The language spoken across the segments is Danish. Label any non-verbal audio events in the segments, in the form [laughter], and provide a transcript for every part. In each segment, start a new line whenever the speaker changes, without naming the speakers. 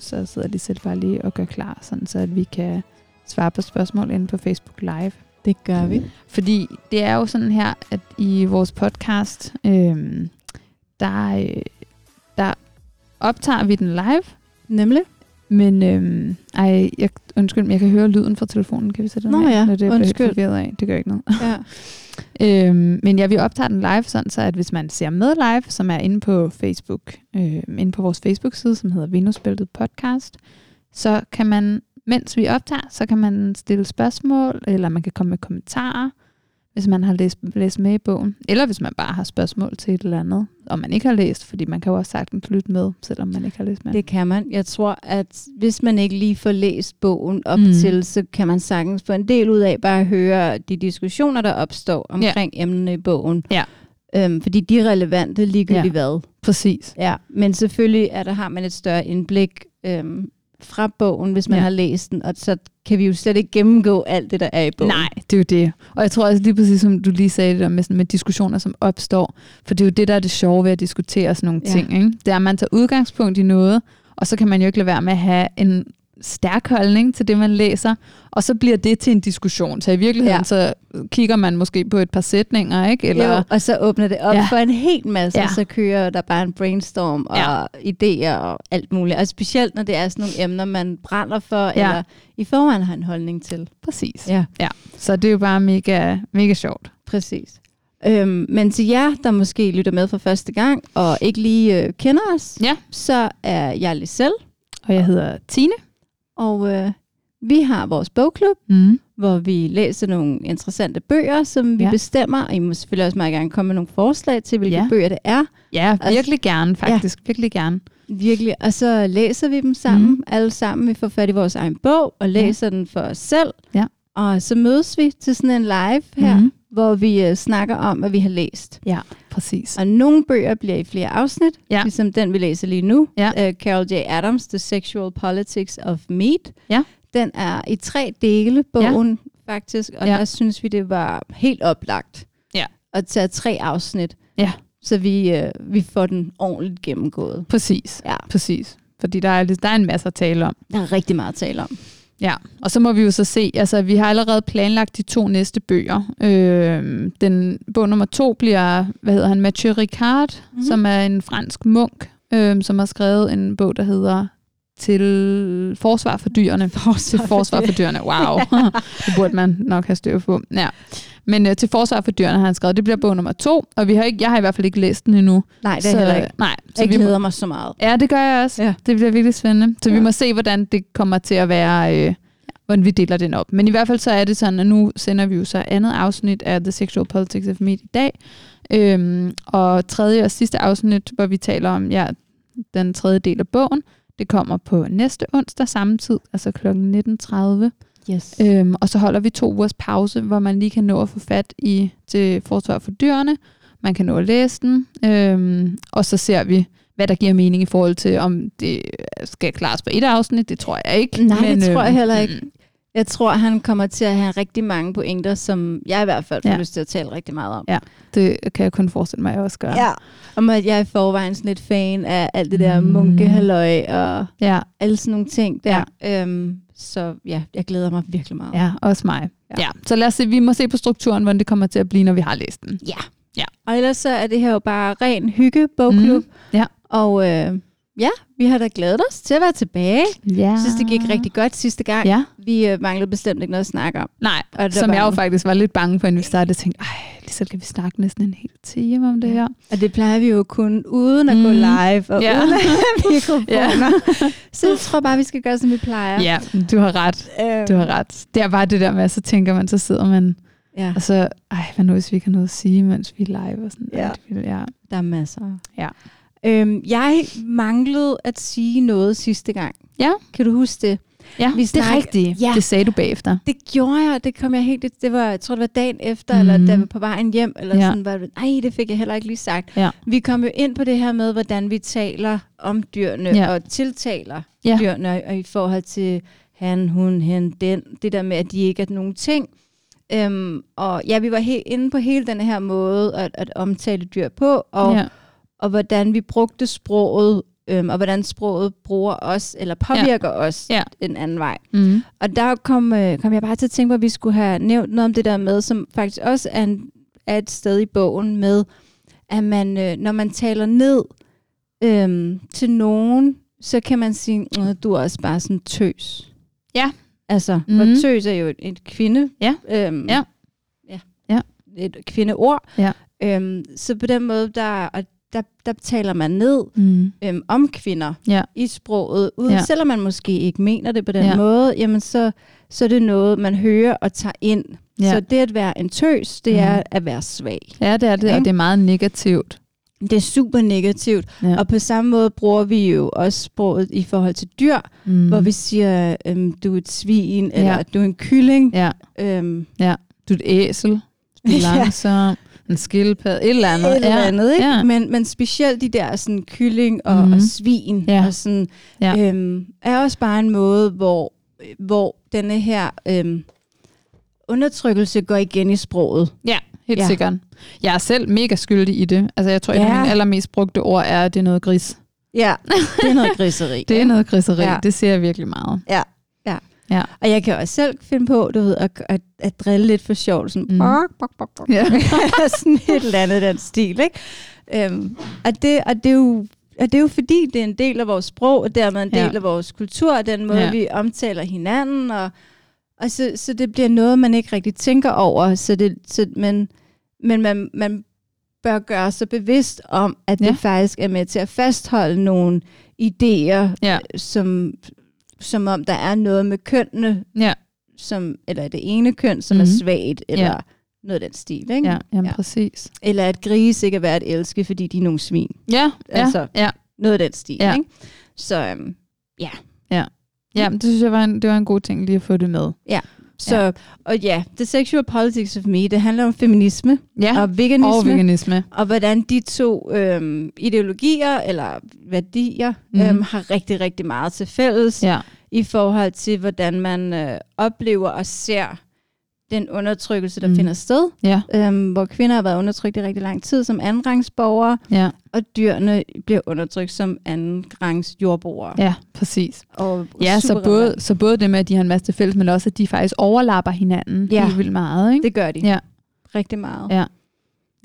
så sidder de selv bare lige og gør klar, sådan så at vi kan svare på spørgsmål inde på Facebook Live.
Det gør vi.
Fordi det er jo sådan her, at i vores podcast, øh, der, øh, der optager vi den live,
Nemlig.
men øh, ej, jeg, undskyld, men jeg kan høre lyden fra telefonen. Kan vi sætte den
Nå
af,
ja,
når det er
undskyld.
forvirret af? Det gør ikke noget.
Ja.
Øhm, men ja, vi optager den live, sådan så at hvis man ser med live, som er inde på Facebook, øh, inde på vores Facebook-side, som hedder Venusbæltet Podcast, så kan man, mens vi optager, så kan man stille spørgsmål, eller man kan komme med kommentarer, hvis man har læst, læst med i bogen, eller hvis man bare har spørgsmål til et eller andet, og man ikke har læst, fordi man kan jo også sagtens lytte med, selvom man ikke har læst med.
Det kan man. Jeg tror, at hvis man ikke lige får læst bogen op
Mm.
mm. til, så kan man sagtens få en del ud af bare at høre de diskussioner, der opstår omkring ja. emnene i bogen.
Ja.
Øhm, fordi de er relevante ligegyldigt
Ja.
ja. hvad.
Præcis.
Ja. Men selvfølgelig er der, har man et større indblik øhm, fra bogen, hvis man
Ja.
ja. har læst den, og så kan vi jo slet ikke gennemgå alt det, der er i bogen.
Nej, det er jo det. Og jeg tror også lige præcis, som du lige sagde det der med, sådan, med diskussioner, som opstår. For det er jo det, der er det sjove ved at diskutere sådan nogle ja.
Ja.
ting. Ikke? Det er, at man tager udgangspunkt i noget, og så kan man jo ikke lade være med at have en stærk holdning til det, man læser. Og så bliver det til en diskussion. Så i virkeligheden, ja.
Ja.
så kigger man måske på et par sætninger, ikke? Eller,
Jo, og så åbner det op
Ja.
ja. for en hel masse,
Ja.
ja. og så kører der bare en brainstorm og
Ja.
ja. idéer og alt muligt. Og specielt, når det er sådan nogle emner, man brænder for, ja. eller i forvejen har en holdning til.
Præcis.
Ja.
Så det er jo bare mega, mega sjovt.
Præcis. Øhm, men til jer, der måske lytter med for første gang, og ikke lige øh, kender os,
Ja.
så er jeg Lisel,
Og jeg hedder Tine.
og øh, vi har vores bogklub,
Mm.
hvor vi læser nogle interessante bøger, som vi
Ja.
ja. bestemmer. Og I må selvfølgelig også meget gerne komme med nogle forslag til, hvilke
Ja.
ja. bøger det er.
Ja,
Altså-
virkelig gerne faktisk. Ja. Virkelig gerne.
Virkelig. Og så læser vi dem sammen,
Mhm.
mm. alle sammen. Vi får fat i vores egen bog og læser ja. den for os selv.
Ja.
Og så mødes vi til sådan en live her,
Mhm.
mm. hvor vi uh, snakker om, hvad vi har læst.
Ja, præcis.
Og nogle bøger bliver i flere afsnit,
Ja.
ligesom den, vi læser lige nu.
Ja.
Uh, Carol J. Adams' The Sexual Politics of Meat.
Ja.
Den er i tre dele, bogen ja. faktisk, og
Ja.
ja. der synes vi, det var helt oplagt
Ja.
at tage tre afsnit,
Ja.
så vi, uh, vi får den ordentligt gennemgået.
Præcis.
Ja.
Præcis. Fordi der er, der er en masse at tale om.
Der er rigtig meget at tale om.
Ja, og så må vi jo så se, altså vi har allerede planlagt de to næste bøger. Øh, den bog nummer to bliver, hvad hedder han, Mathieu Ricard,
Mhm.
mm-hmm. som er en fransk munk, øh, som har skrevet en bog, der hedder til forsvar for
[laughs]
dyrene. Forsvar til forsvar for dyrene. Wow. [laughs] det burde man nok have styr på. Ja. Men øh, til forsvar for dyrene har han skrevet. Det bliver bog nummer to, og vi har ikke, jeg har i hvert fald ikke læst den endnu. øh,
Nej, det er så, heller ikke.
Nej,
Så jeg
vi må,
glæder mig så meget.
Ja, det gør jeg også. Ja.
Ja.
Det bliver virkelig spændende. Så ja. vi
Ja.
må se, hvordan det kommer til at være, øh, hvordan vi deler den op. Men i hvert fald så er det sådan, at nu sender vi jo så andet afsnit af The Sexual Politics of Meat i dag. Øhm, og tredje og sidste afsnit, hvor vi taler om ja, den tredje del af bogen, det kommer på næste onsdag samme tid, altså kl. 19.30.
Yes. Øh,
Øhm, og så holder vi to ugers pause, hvor man lige kan nå at få fat i til forsvar for dyrene. Man kan nå at læse den, øhm, og så ser vi, hvad der giver mening i forhold til, om det skal klares på et afsnit. Det tror jeg ikke.
Nej, det tror jeg
øhm,
heller ikke.
mm,
jeg tror, han kommer til at have rigtig mange pointer, som jeg i hvert fald får
Ja.
ja. lyst til at tale rigtig meget om.
Det kan jeg kun forestille mig, at jeg også gør.
Om at jeg er i forvejen sådan lidt fan af alt det der
Mm.
mm. munkehalløj og
ja,
alle sådan nogle ting der. Ja. Øhm, så ja, jeg glæder mig virkelig meget.
ja også mig. Ja.
Ja.
ja. Så lad os se, vi må se på strukturen, hvordan det kommer til at blive, når vi har læst den.
ja.
Ja.
Og ellers så er det her jo bare ren hygge bogklub.
Mm. Ja.
Og øh, ja, vi har da glædet os til at være tilbage.
Ja.
Jeg synes, det gik rigtig godt sidste gang.
Ja.
Vi øh, manglede bestemt ikke noget at snakke om.
Nej,
Og det
som
var
jeg jo
noget.
faktisk var lidt bange for, inden vi startede. Jeg tænkte, ej, lige så kan vi snakke næsten en hel time om det her.
Og det plejer vi jo kun uden at mm. gå
Mm.
live
[laughs]
og
Ja.
yeah. uden at have mikrofoner. Så jeg tror bare, vi skal gøre, som vi plejer.
Ja, du har ret.
Øhm,
Du har ret. Det er bare det der med, at så tænker man, så sidder man,
ja.
og så, ej, hvad nu, hvis vi ikke har noget at sige, mens vi er live og sådan.
Ja.
Ej, det vil- ja.
Der er masser.
Ja.
Øhm, jeg manglede at sige noget sidste gang.
Ja.
Kan du huske det?
ja
Vi
det er
snakker-
rigtigt.
Ja.
Det sagde du bagefter.
Det gjorde jeg, og det kom jeg helt... i- Det var, jeg tror, det var dagen efter,
Mhm.
mm. eller da jeg var på vejen hjem, eller
Ja.
ja. sådan var det. Ej, det fik jeg heller ikke lige sagt.
Ja.
Vi kom jo ind på det her med, hvordan vi taler om dyrene
Ja.
ja. og tiltaler
Ja.
ja. dyrene, og- og i forhold til han, hun, hen, den. Det der med, at de ikke er nogen ting. Øhm, og ja, vi var helt inde på hele den her måde at, at omtale dyr på, og
ja.
og hvordan vi brugte sproget øhm, og hvordan sproget bruger os, eller påvirker ja. os
Ja.
ja. en anden vej.
Mm.
Og der kom, øh, kom jeg bare til at tænke på, at vi skulle have nævnt noget om det der med, som faktisk også er, en, er et sted i bogen med, at man, øh, når man taler ned øhm, til nogen, så kan man sige, "Nå, du er også bare sådan tøs.
Ja.
Altså,
Mhm.
mm. og tøs er jo et, et kvinde.
Ja.
Øhm,
Ja.
ja.
Ja.
Et kvindeord.
Ja.
Øhm, så på den måde, der, og der, der taler man ned
Mm.
øhm, om kvinder
Ja.
i sproget, uden
Ja.
ja. selvom man måske ikke mener det på den
Ja.
ja. måde, jamen så, så er det noget, man hører og tager ind.
Ja.
Ja. Så det at være en tøs, det
Mhm.
mm. er at være svag.
ja, det er det, og
Ikke?
det er meget negativt.
Det er super negativt.
Ja.
Ja. Og på samme måde bruger vi jo også sproget i forhold til dyr, mm.
Mm.
hvor vi siger, øhm, du er et svin,
Ja.
eller du er en kylling.
Ja,
Øhm,
du er et æsel, du er
[laughs] Ja.
langsom, en skildpadde, et eller andet.
et eller
ja.
andet, ikke?
Ja.
Ja. Men, men specielt de der sådan, kylling og, mm-hmm.
Mhm.
og svin
Ja.
og sådan,
Ja.
øhm, er også bare en måde, hvor, hvor denne her øhm, undertrykkelse går igen i sproget.
Ja, helt ja.
Ja.
sikkert. Jeg er selv mega skyldig i det. Altså, jeg tror, at ja.
Ja.
mine allermest brugte ord er, at det er noget gris.
Ja, det er noget griseri.
[laughs] Det er noget griseri. Ja.
Ja.
Det ser jeg virkelig meget.
Og jeg kan også selv finde på, du ved, at, at, at drille lidt for sjov, sådan,
Mm.
mm. bok, bok, bok, bok.
Ja.
sådan et [laughs] eller andet i den stil, ikke? Øhm, og, det, og det er jo og det er jo fordi, det er en del af vores sprog, og dermed en del
Ja.
af vores kultur, og den måde,
Ja.
ja. vi omtaler hinanden. Og, og så, så det bliver noget, man ikke rigtig tænker over. Så det, så, men men man, man bør gøre sig bevidst om, at ja.
Ja.
det faktisk er med til at fastholde nogle idéer,
Ja.
som, som om der er noget med kønnene,
Ja.
som, eller det ene køn, som mm.
Mhm.
er svagt, eller ja. noget af den stil. Ikke?
Ja, jamen, ja.
Ja.
præcis.
Eller at grise ikke er værd at elske, fordi de er nogle svin.
Ja, altså.
Altså,
ja, ja.
Noget af den stil.
Ja.
Ikke? Så, øhm,
ja men det synes jeg var en, det var en god ting lige at få det med.
så ja. og ja, The Sexual Politics of Me, det handler om feminisme ja. og veganisme,
og veganisme.
og hvordan de to øhm, ideologier eller værdier
Mhm.
mm. øhm, har rigtig, rigtig meget til fælles ja.
Ja,
i forhold til, hvordan man øh, oplever og ser den undertrykkelse, der
Mhm.
mm. finder sted,
ja,
øhm, hvor kvinder har været undertrykt i rigtig lang tid som andenrangsborgere,
ja,
og dyrene bliver undertrykt som andenrangs jordbrugere.
ja, præcis.
Og
Ja, så
super
både,
relevant.
så både det med, at de har en masse til fælles, men også, at de faktisk overlapper hinanden ja.
Ja.
helt vildt meget. Ikke?
Det gør de.
Ja.
Rigtig meget.
Ja.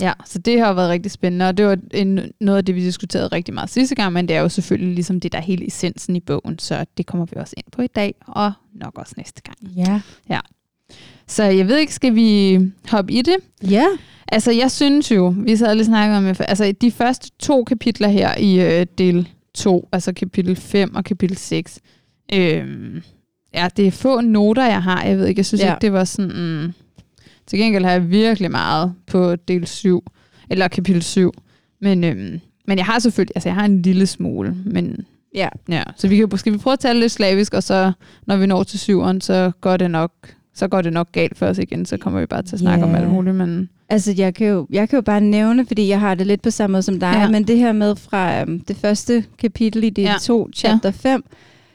Ja, så det har jo været rigtig spændende, og det var en, noget af det, vi diskuterede rigtig meget sidste gang, men det er jo selvfølgelig ligesom det, der er hele essensen i bogen, så det kommer vi også ind på i dag, og nok også næste gang.
Ja.
Så jeg ved ikke, skal vi hoppe i det?
Ja.
Altså, jeg synes jo, vi sad lige snakket om, altså de første to kapitler her i øh, del 2, altså kapitel 5 og kapitel 6, øh, ja, det er få noter, jeg har. Jeg ved ikke, jeg synes ja.
Ja.
ikke, det var sådan... Mm, til gengæld har jeg virkelig meget på del 7, eller kapitel 7. Men, øh, men jeg har selvfølgelig, altså jeg har en lille smule, men
Ja.
ja. Så vi kan, skal vi prøve at tale lidt slavisk, og så når vi når til syveren, så går det nok så går det nok galt for os igen, så kommer vi bare til at snakke om
Ja.
alt muligt, men...
Altså, jeg kan, jo, jeg kan jo bare nævne, fordi jeg har det lidt på samme måde som dig,
Ja.
ja. men det her med fra øhm, det første kapitel i del
Ja.
2, chapter 5,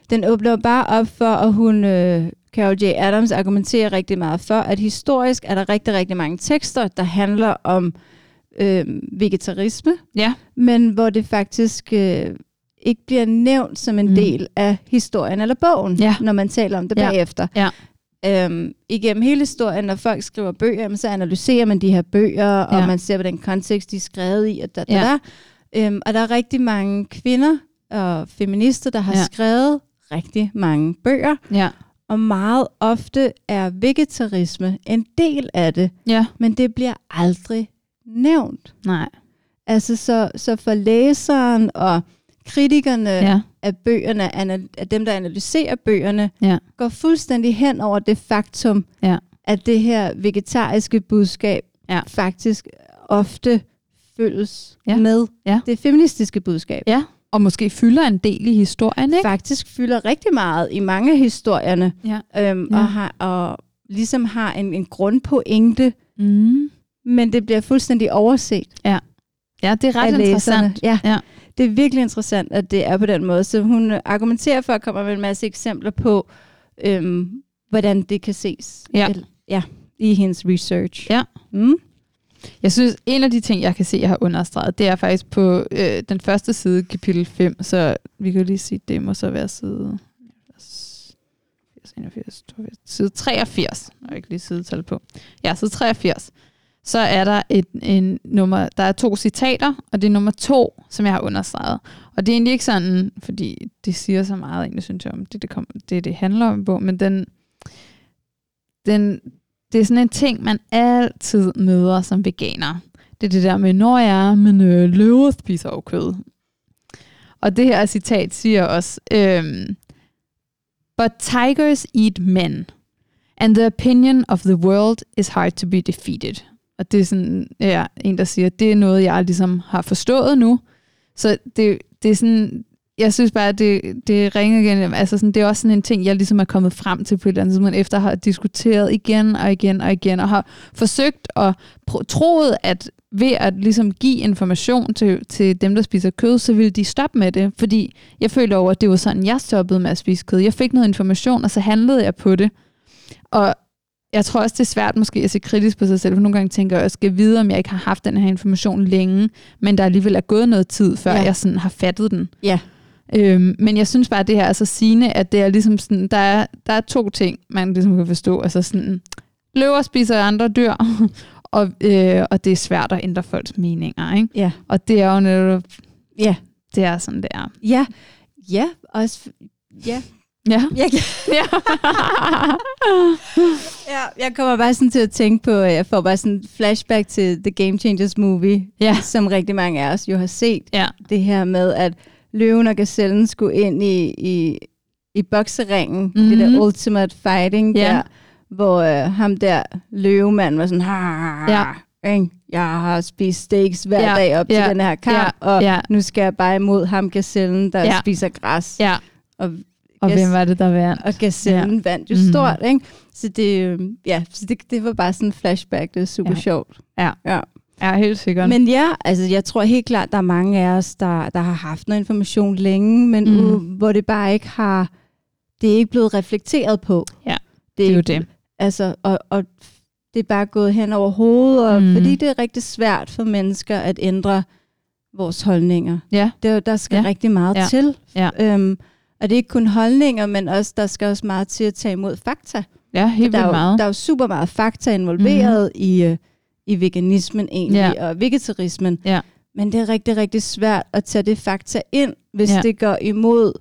den åbner jo bare op for, og hun, øh, Carol J. Adams, argumenterer rigtig meget for, at historisk er der rigtig, rigtig mange tekster, der handler om øh, vegetarisme,
Ja.
men hvor det faktisk øh, ikke bliver nævnt som en
Mm.
mm. del af historien eller bogen,
Ja.
når man taler om det
Ja.
bagefter.
Ja.
Øhm, igennem hele historien, når folk skriver bøger, jamen, så analyserer man de her bøger, og
Ja.
man ser på den kontekst, de er skrevet i, og da, da,
Ja.
da. Øhm, og der er rigtig mange kvinder og feminister, der har
Ja.
ja. skrevet rigtig mange bøger,
Ja.
og meget ofte er vegetarisme en del af det,
Ja.
men det bliver aldrig nævnt.
Nej.
Altså så, så for læseren og kritikerne ja.
Ja.
af bøgerne, ana- af dem, der analyserer bøgerne,
Ja.
går fuldstændig hen over det faktum,
Ja.
at det her vegetariske budskab
Ja.
faktisk ofte følges
Ja.
med
Ja.
det feministiske budskab.
Ja. Og måske fylder en del i historien, ikke?
Faktisk fylder rigtig meget i mange af historierne,
Ja.
øhm,
Ja.
og, har, og ligesom har en, en grundpointe,
Mm.
men det bliver fuldstændig overset.
Ja, det er ret
af læserne.
interessant.
Ja.
Ja.
ja, det er virkelig interessant, at det er på den måde. Så hun øh, argumenterer for at komme med en masse eksempler på, øhm, hvordan det kan ses
Ja.
Eller- ja, i hendes research.
Ja.
Mm.
Jeg synes, en af de ting, jeg kan se, jeg har understreget, det er faktisk på øh, den første side, kapitel 5, så vi kan jo lige sige, det må så være side 80, 81, 82, side 83, og ikke lige sidetal på. Ja, side 83. Så er der et, en nummer, der er to citater, og det er nummer to, som jeg har understreget. Og det er egentlig ikke sådan, fordi det siger så meget, egentlig synes jeg, om det, det, kom, det, det handler om på, men den, den, det er sådan en ting, man altid møder som veganer. Det er det der med, når jeg er, men øh, løver spiser jo kød. Og det her citat siger også, øhm, But tigers eat men, and the opinion of the world is hard to be defeated. Og det er sådan ja, en, der siger, det er noget, jeg ligesom har forstået nu. Så det, det er sådan, jeg synes bare, at det, det ringer igen. Altså sådan, det er også sådan en ting, jeg ligesom er kommet frem til på et eller andet tidspunkt, efter at have diskuteret igen og igen og igen, og har forsøgt og pr- troet, at ved at ligesom give information til, til dem, der spiser kød, så ville de stoppe med det. Fordi jeg følte over, at det var sådan, jeg stoppede med at spise kød. Jeg fik noget information, og så handlede jeg på det. Og jeg tror også, det er svært måske at se kritisk på sig selv, for nogle gange tænker jeg, at jeg skal vide, om jeg ikke har haft den her information længe, men der alligevel er gået noget tid, før
Ja.
ja. jeg sådan har fattet den.
Ja.
Øhm, men jeg synes bare, at det her er så sigende, at det er ligesom sådan, der er, der er to ting, man ligesom kan forstå. Altså sådan, løver spiser andre dyr, [laughs] og, øh, og det er svært at ændre folks meninger. Ikke?
Ja.
Og det er jo netop,
Ja.
det er sådan, det er.
Ja. Ja. Også, ja.
Ja.
[laughs] Jeg,
ja.
ja. jeg kommer bare sådan til at tænke på, øh, jeg får bare sådan flashback til The Game Changers movie,
Ja.
som rigtig mange af os jo har set.
[laughs] ja.
Det her med, at løven og gazellen skulle ind i, i, i bokseringen, mm-hmm. det
Mhm.
der ultimate fighting
Ja.
der, hvor øh, ham der løvemanden var sådan, ja. jeg har spist steaks hver
Ja.
dag op
Ja.
til den her kamp,
Ja.
og
Ja.
nu skal jeg bare imod ham gazellen, der
Ja.
spiser græs.
ja.
Og
Og
Yes.
yes. hvem var det, der vandt?
og gazellen ja. vandt jo
Mhm.
mm. stort, ikke? Så, det, øh, ja, så det, det var bare sådan en flashback, det var super
Ja.
ja. sjovt.
Ja.
ja.
Ja, helt sikkert.
Men ja, altså jeg tror helt klart, der er mange af os, der, der har haft noget information længe, men
Mhm.
mm. uh, hvor det bare ikke har, det er ikke blevet reflekteret på.
Ja,
det
det er jo
ikke-
det.
Altså, og, og det er bare gået hen over hovedet, og
Mhm.
mm. fordi det er rigtig svært for mennesker at ændre vores holdninger.
Ja.
Der, der skal
Ja.
ja. rigtig meget
Ja.
ja. til.
Ja.
Øhm, og det er ikke kun holdninger, men også, der skal også meget til at tage imod fakta.
Ja, helt
Der er,
vildt
jo,
meget. Mhm.
der er jo super meget fakta involveret mm. i, øh, i veganismen egentlig, ja. og vegetarismen.
Ja.
Men det er rigtig, rigtig svært at tage det fakta ind, hvis
Ja.
ja. det går imod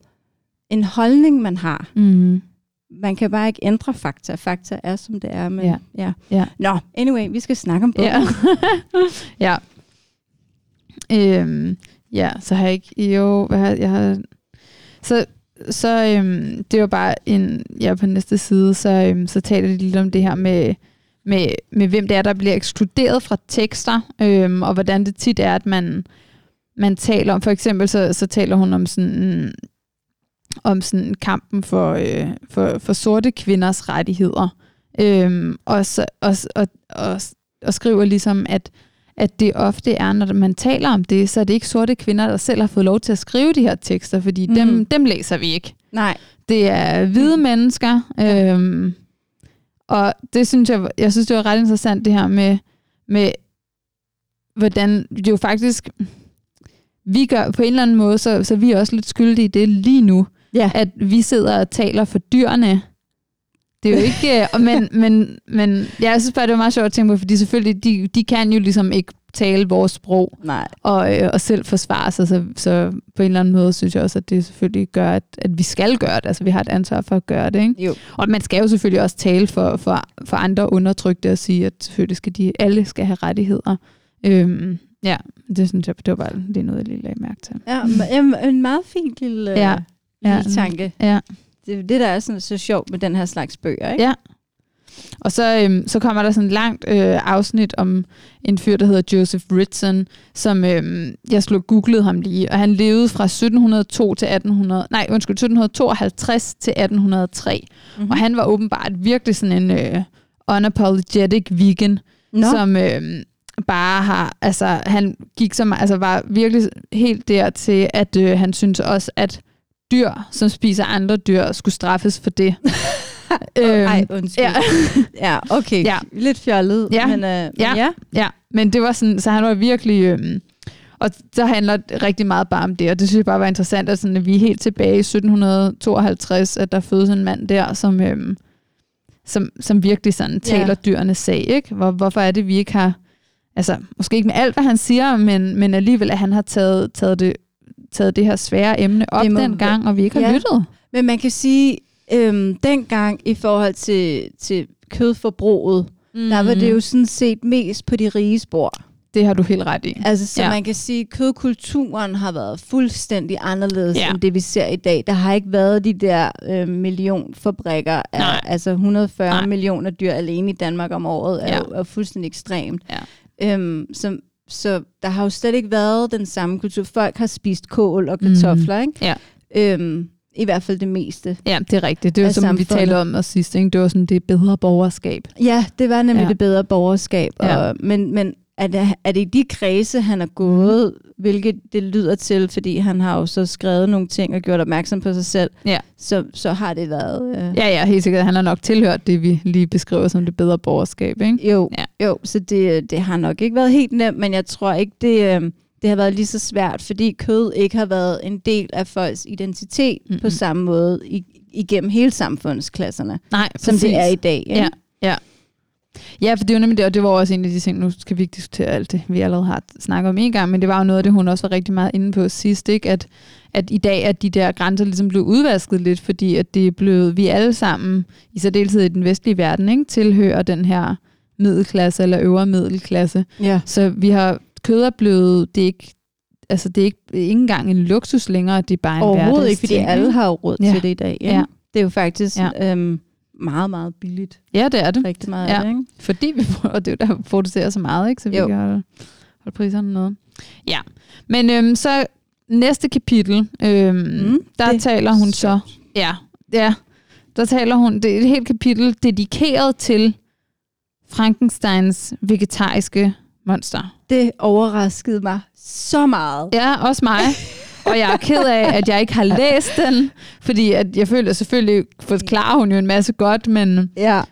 en holdning, man har.
Mm.
Man kan bare ikke ændre fakta. Fakta er, som det er. Men,
Ja.
ja. Ja.
Ja.
Nå, anyway, vi skal snakke om bogen.
Ja. [laughs] ja. Øhm, ja, så har jeg ikke... Jo, hvad har jeg... Har, så så øhm, det var bare en... Ja, på næste side, så, øhm, så taler de lidt om det her med, med, med hvem det er, der bliver ekskluderet fra tekster, øhm, og hvordan det tit er, at man, man taler om... For eksempel så, så taler hun om sådan om sådan kampen for, øh, for, for sorte kvinders rettigheder. Øhm, og, så, og, og, og, og skriver ligesom, at, at det ofte er, når man taler om det, så er det ikke sorte kvinder, der selv har fået lov til at skrive de her tekster, fordi mm. dem,
Mhm.
dem læser vi ikke.
Nej.
Det er hvide mennesker, øhm, og det synes jeg, jeg synes, det var ret interessant det her med, med hvordan det jo faktisk, vi gør på en eller anden måde, så, så vi er også lidt skyldige i det lige nu,
Ja.
at vi sidder og taler for dyrene. Det er jo ikke, øh, og men, men, men ja, jeg synes bare, det var meget sjovt at tænke på, fordi selvfølgelig, de, de kan jo ligesom ikke tale vores sprog,
Nej.
og, øh, og selv forsvare sig. Så, så på en eller anden måde synes jeg også, at det selvfølgelig gør, at, at vi skal gøre det. Altså vi har et ansvar for at gøre det. Ikke?
Jo.
Og man skal jo selvfølgelig også tale for, for, for andre undertrykte og sige, at selvfølgelig skal de, alle skal have rettigheder. Øhm, ja, det synes jeg, det var bare lige noget, jeg lige lagde mærke til. [laughs]
Ja, men- jamen, en meget fin lille,
Ja.
ja. lille
Ja.
ja. tanke.
Ja.
Det er jo det, der er sådan, så sjovt med den her slags bøger, ikke?
Ja. Og så, øhm, så kommer der sådan et langt øh, afsnit om en fyr, der hedder Joseph Ritson, som øhm, jeg slog googlede ham lige, og han levede fra 1702 til 1800, nej, undskyld, 1752 til 1803. Mm-hmm.
Mhm.
Og han var åbenbart virkelig sådan en øh, unapologetic vegan,
Mhm. Nå.
som øhm, bare har, altså han gik som, altså var virkelig helt der til,
[laughs]
at øh, han synes også, at dyr, som spiser andre dyr, skulle straffes for det. Øhm,
Ej, undskyld.
ja.
Ja, ja okay.
Ja.
Ja. Lidt fjollet,
Ja.
men øh,
Ja.
ja. ja.
Ja, men det var sådan, så han var virkelig... Øhm, og så handler det rigtig meget bare om det, og det synes jeg bare var interessant, at, sådan, at vi er helt tilbage i 1752, at der fødes en mand der, som, øhm, som, som virkelig sådan
Ja.
taler dyrenes sag. Ikke? Hvor, hvorfor er det, vi ikke har... Altså, måske ikke med alt, hvad han siger, men, men alligevel, at han har taget, taget, det, taget det her svære emne op
Det må-
dengang, og vi ikke har
Ja.
lyttet.
Men man kan sige, øhm, dengang i forhold til, til kødforbruget, mm.
Mm.
der var det jo sådan set mest på de rige spor.
Det har du helt ret i.
Altså, så
Ja.
ja. man kan sige, at kødkulturen har været fuldstændig anderledes
Ja.
ja. end det, vi ser i dag. Der har ikke været de der øh, millionfabrikker.
Nej.
Af, altså 140
Nej.
Nej. millioner dyr alene i Danmark om året er,
Ja.
ja. jo, er fuldstændig ekstremt.
Ja.
Øhm, så, så der har jo slet ikke været den samme kultur. Folk har spist kål og kartofler, mm.
Mhm. Ja.
ikke? Ja. Øhm, I hvert fald det meste.
Ja, det er rigtigt. Det er jo
Af
som vi
samfundet.
talte om os sidst, ikke? det var sådan det bedre borgerskab.
Ja, det var nemlig
Ja.
ja. det bedre borgerskab. Og,
Ja.
ja. Men, men er, det, er det i de kredse, han er gået,
Mhm.
hvilket det lyder til, fordi han har jo så skrevet nogle ting og gjort opmærksom på sig selv,
Ja.
så, så har det været... Øh,
Ja, ja, helt sikkert. Han har nok tilhørt det, vi lige beskriver som det bedre borgerskab. Ikke?
Jo,
Ja.
ja. jo, så det, det har nok ikke været helt nemt, men jeg tror ikke, det, øh, det har været lige så svært, fordi kød ikke har været en del af folks identitet mm-hmm.
Mm-mm.
på samme måde i, igennem hele samfundsklasserne,
Nej,
som det er i dag. Ikke?
Ja. Ja, for det var nemlig det, og det var også en af de ting, nu skal vi ikke diskutere alt det, vi allerede har snakket om en gang, men det var jo noget af det, hun også var rigtig meget inde på sidst, ikke? At, at i dag er de der grænser ligesom blevet udvasket lidt, fordi at det er blevet, vi alle sammen, i særdeleshed i den vestlige verden, ikke? tilhører den her middelklasse eller øvre middelklasse.
Ja.
Så vi har, kød er blevet, det er ikke, altså det er ikke, ikke engang en luksus længere, det er bare en
Overhovedet ikke,
hverdagsting,
fordi alle har jo råd
Ja.
ja. til det i dag. Ikke?
Ja.
Ja. Det er jo faktisk
Ja.
ja. øhm, meget, meget billigt.
Ja, det er det.
Rigtig meget
Ja.
af det, ikke?
Fordi vi pro- og det er jo der, vi producerer så meget, ikke? så vi jo.
Jo.
kan holde, holde priserne nede. Ja, men øhm, så næste kapitel, øhm, mm, der
det
taler hun så... Ja, ja, der taler hun... Det er et helt kapitel dedikeret til Frankensteins vegetariske monster.
Det overraskede mig så meget.
Ja, også
[laughs]
mig. og jeg er ked af, at jeg ikke har læst den, fordi at jeg føler selvfølgelig, forklarer hun jo en masse godt, men...
Ja,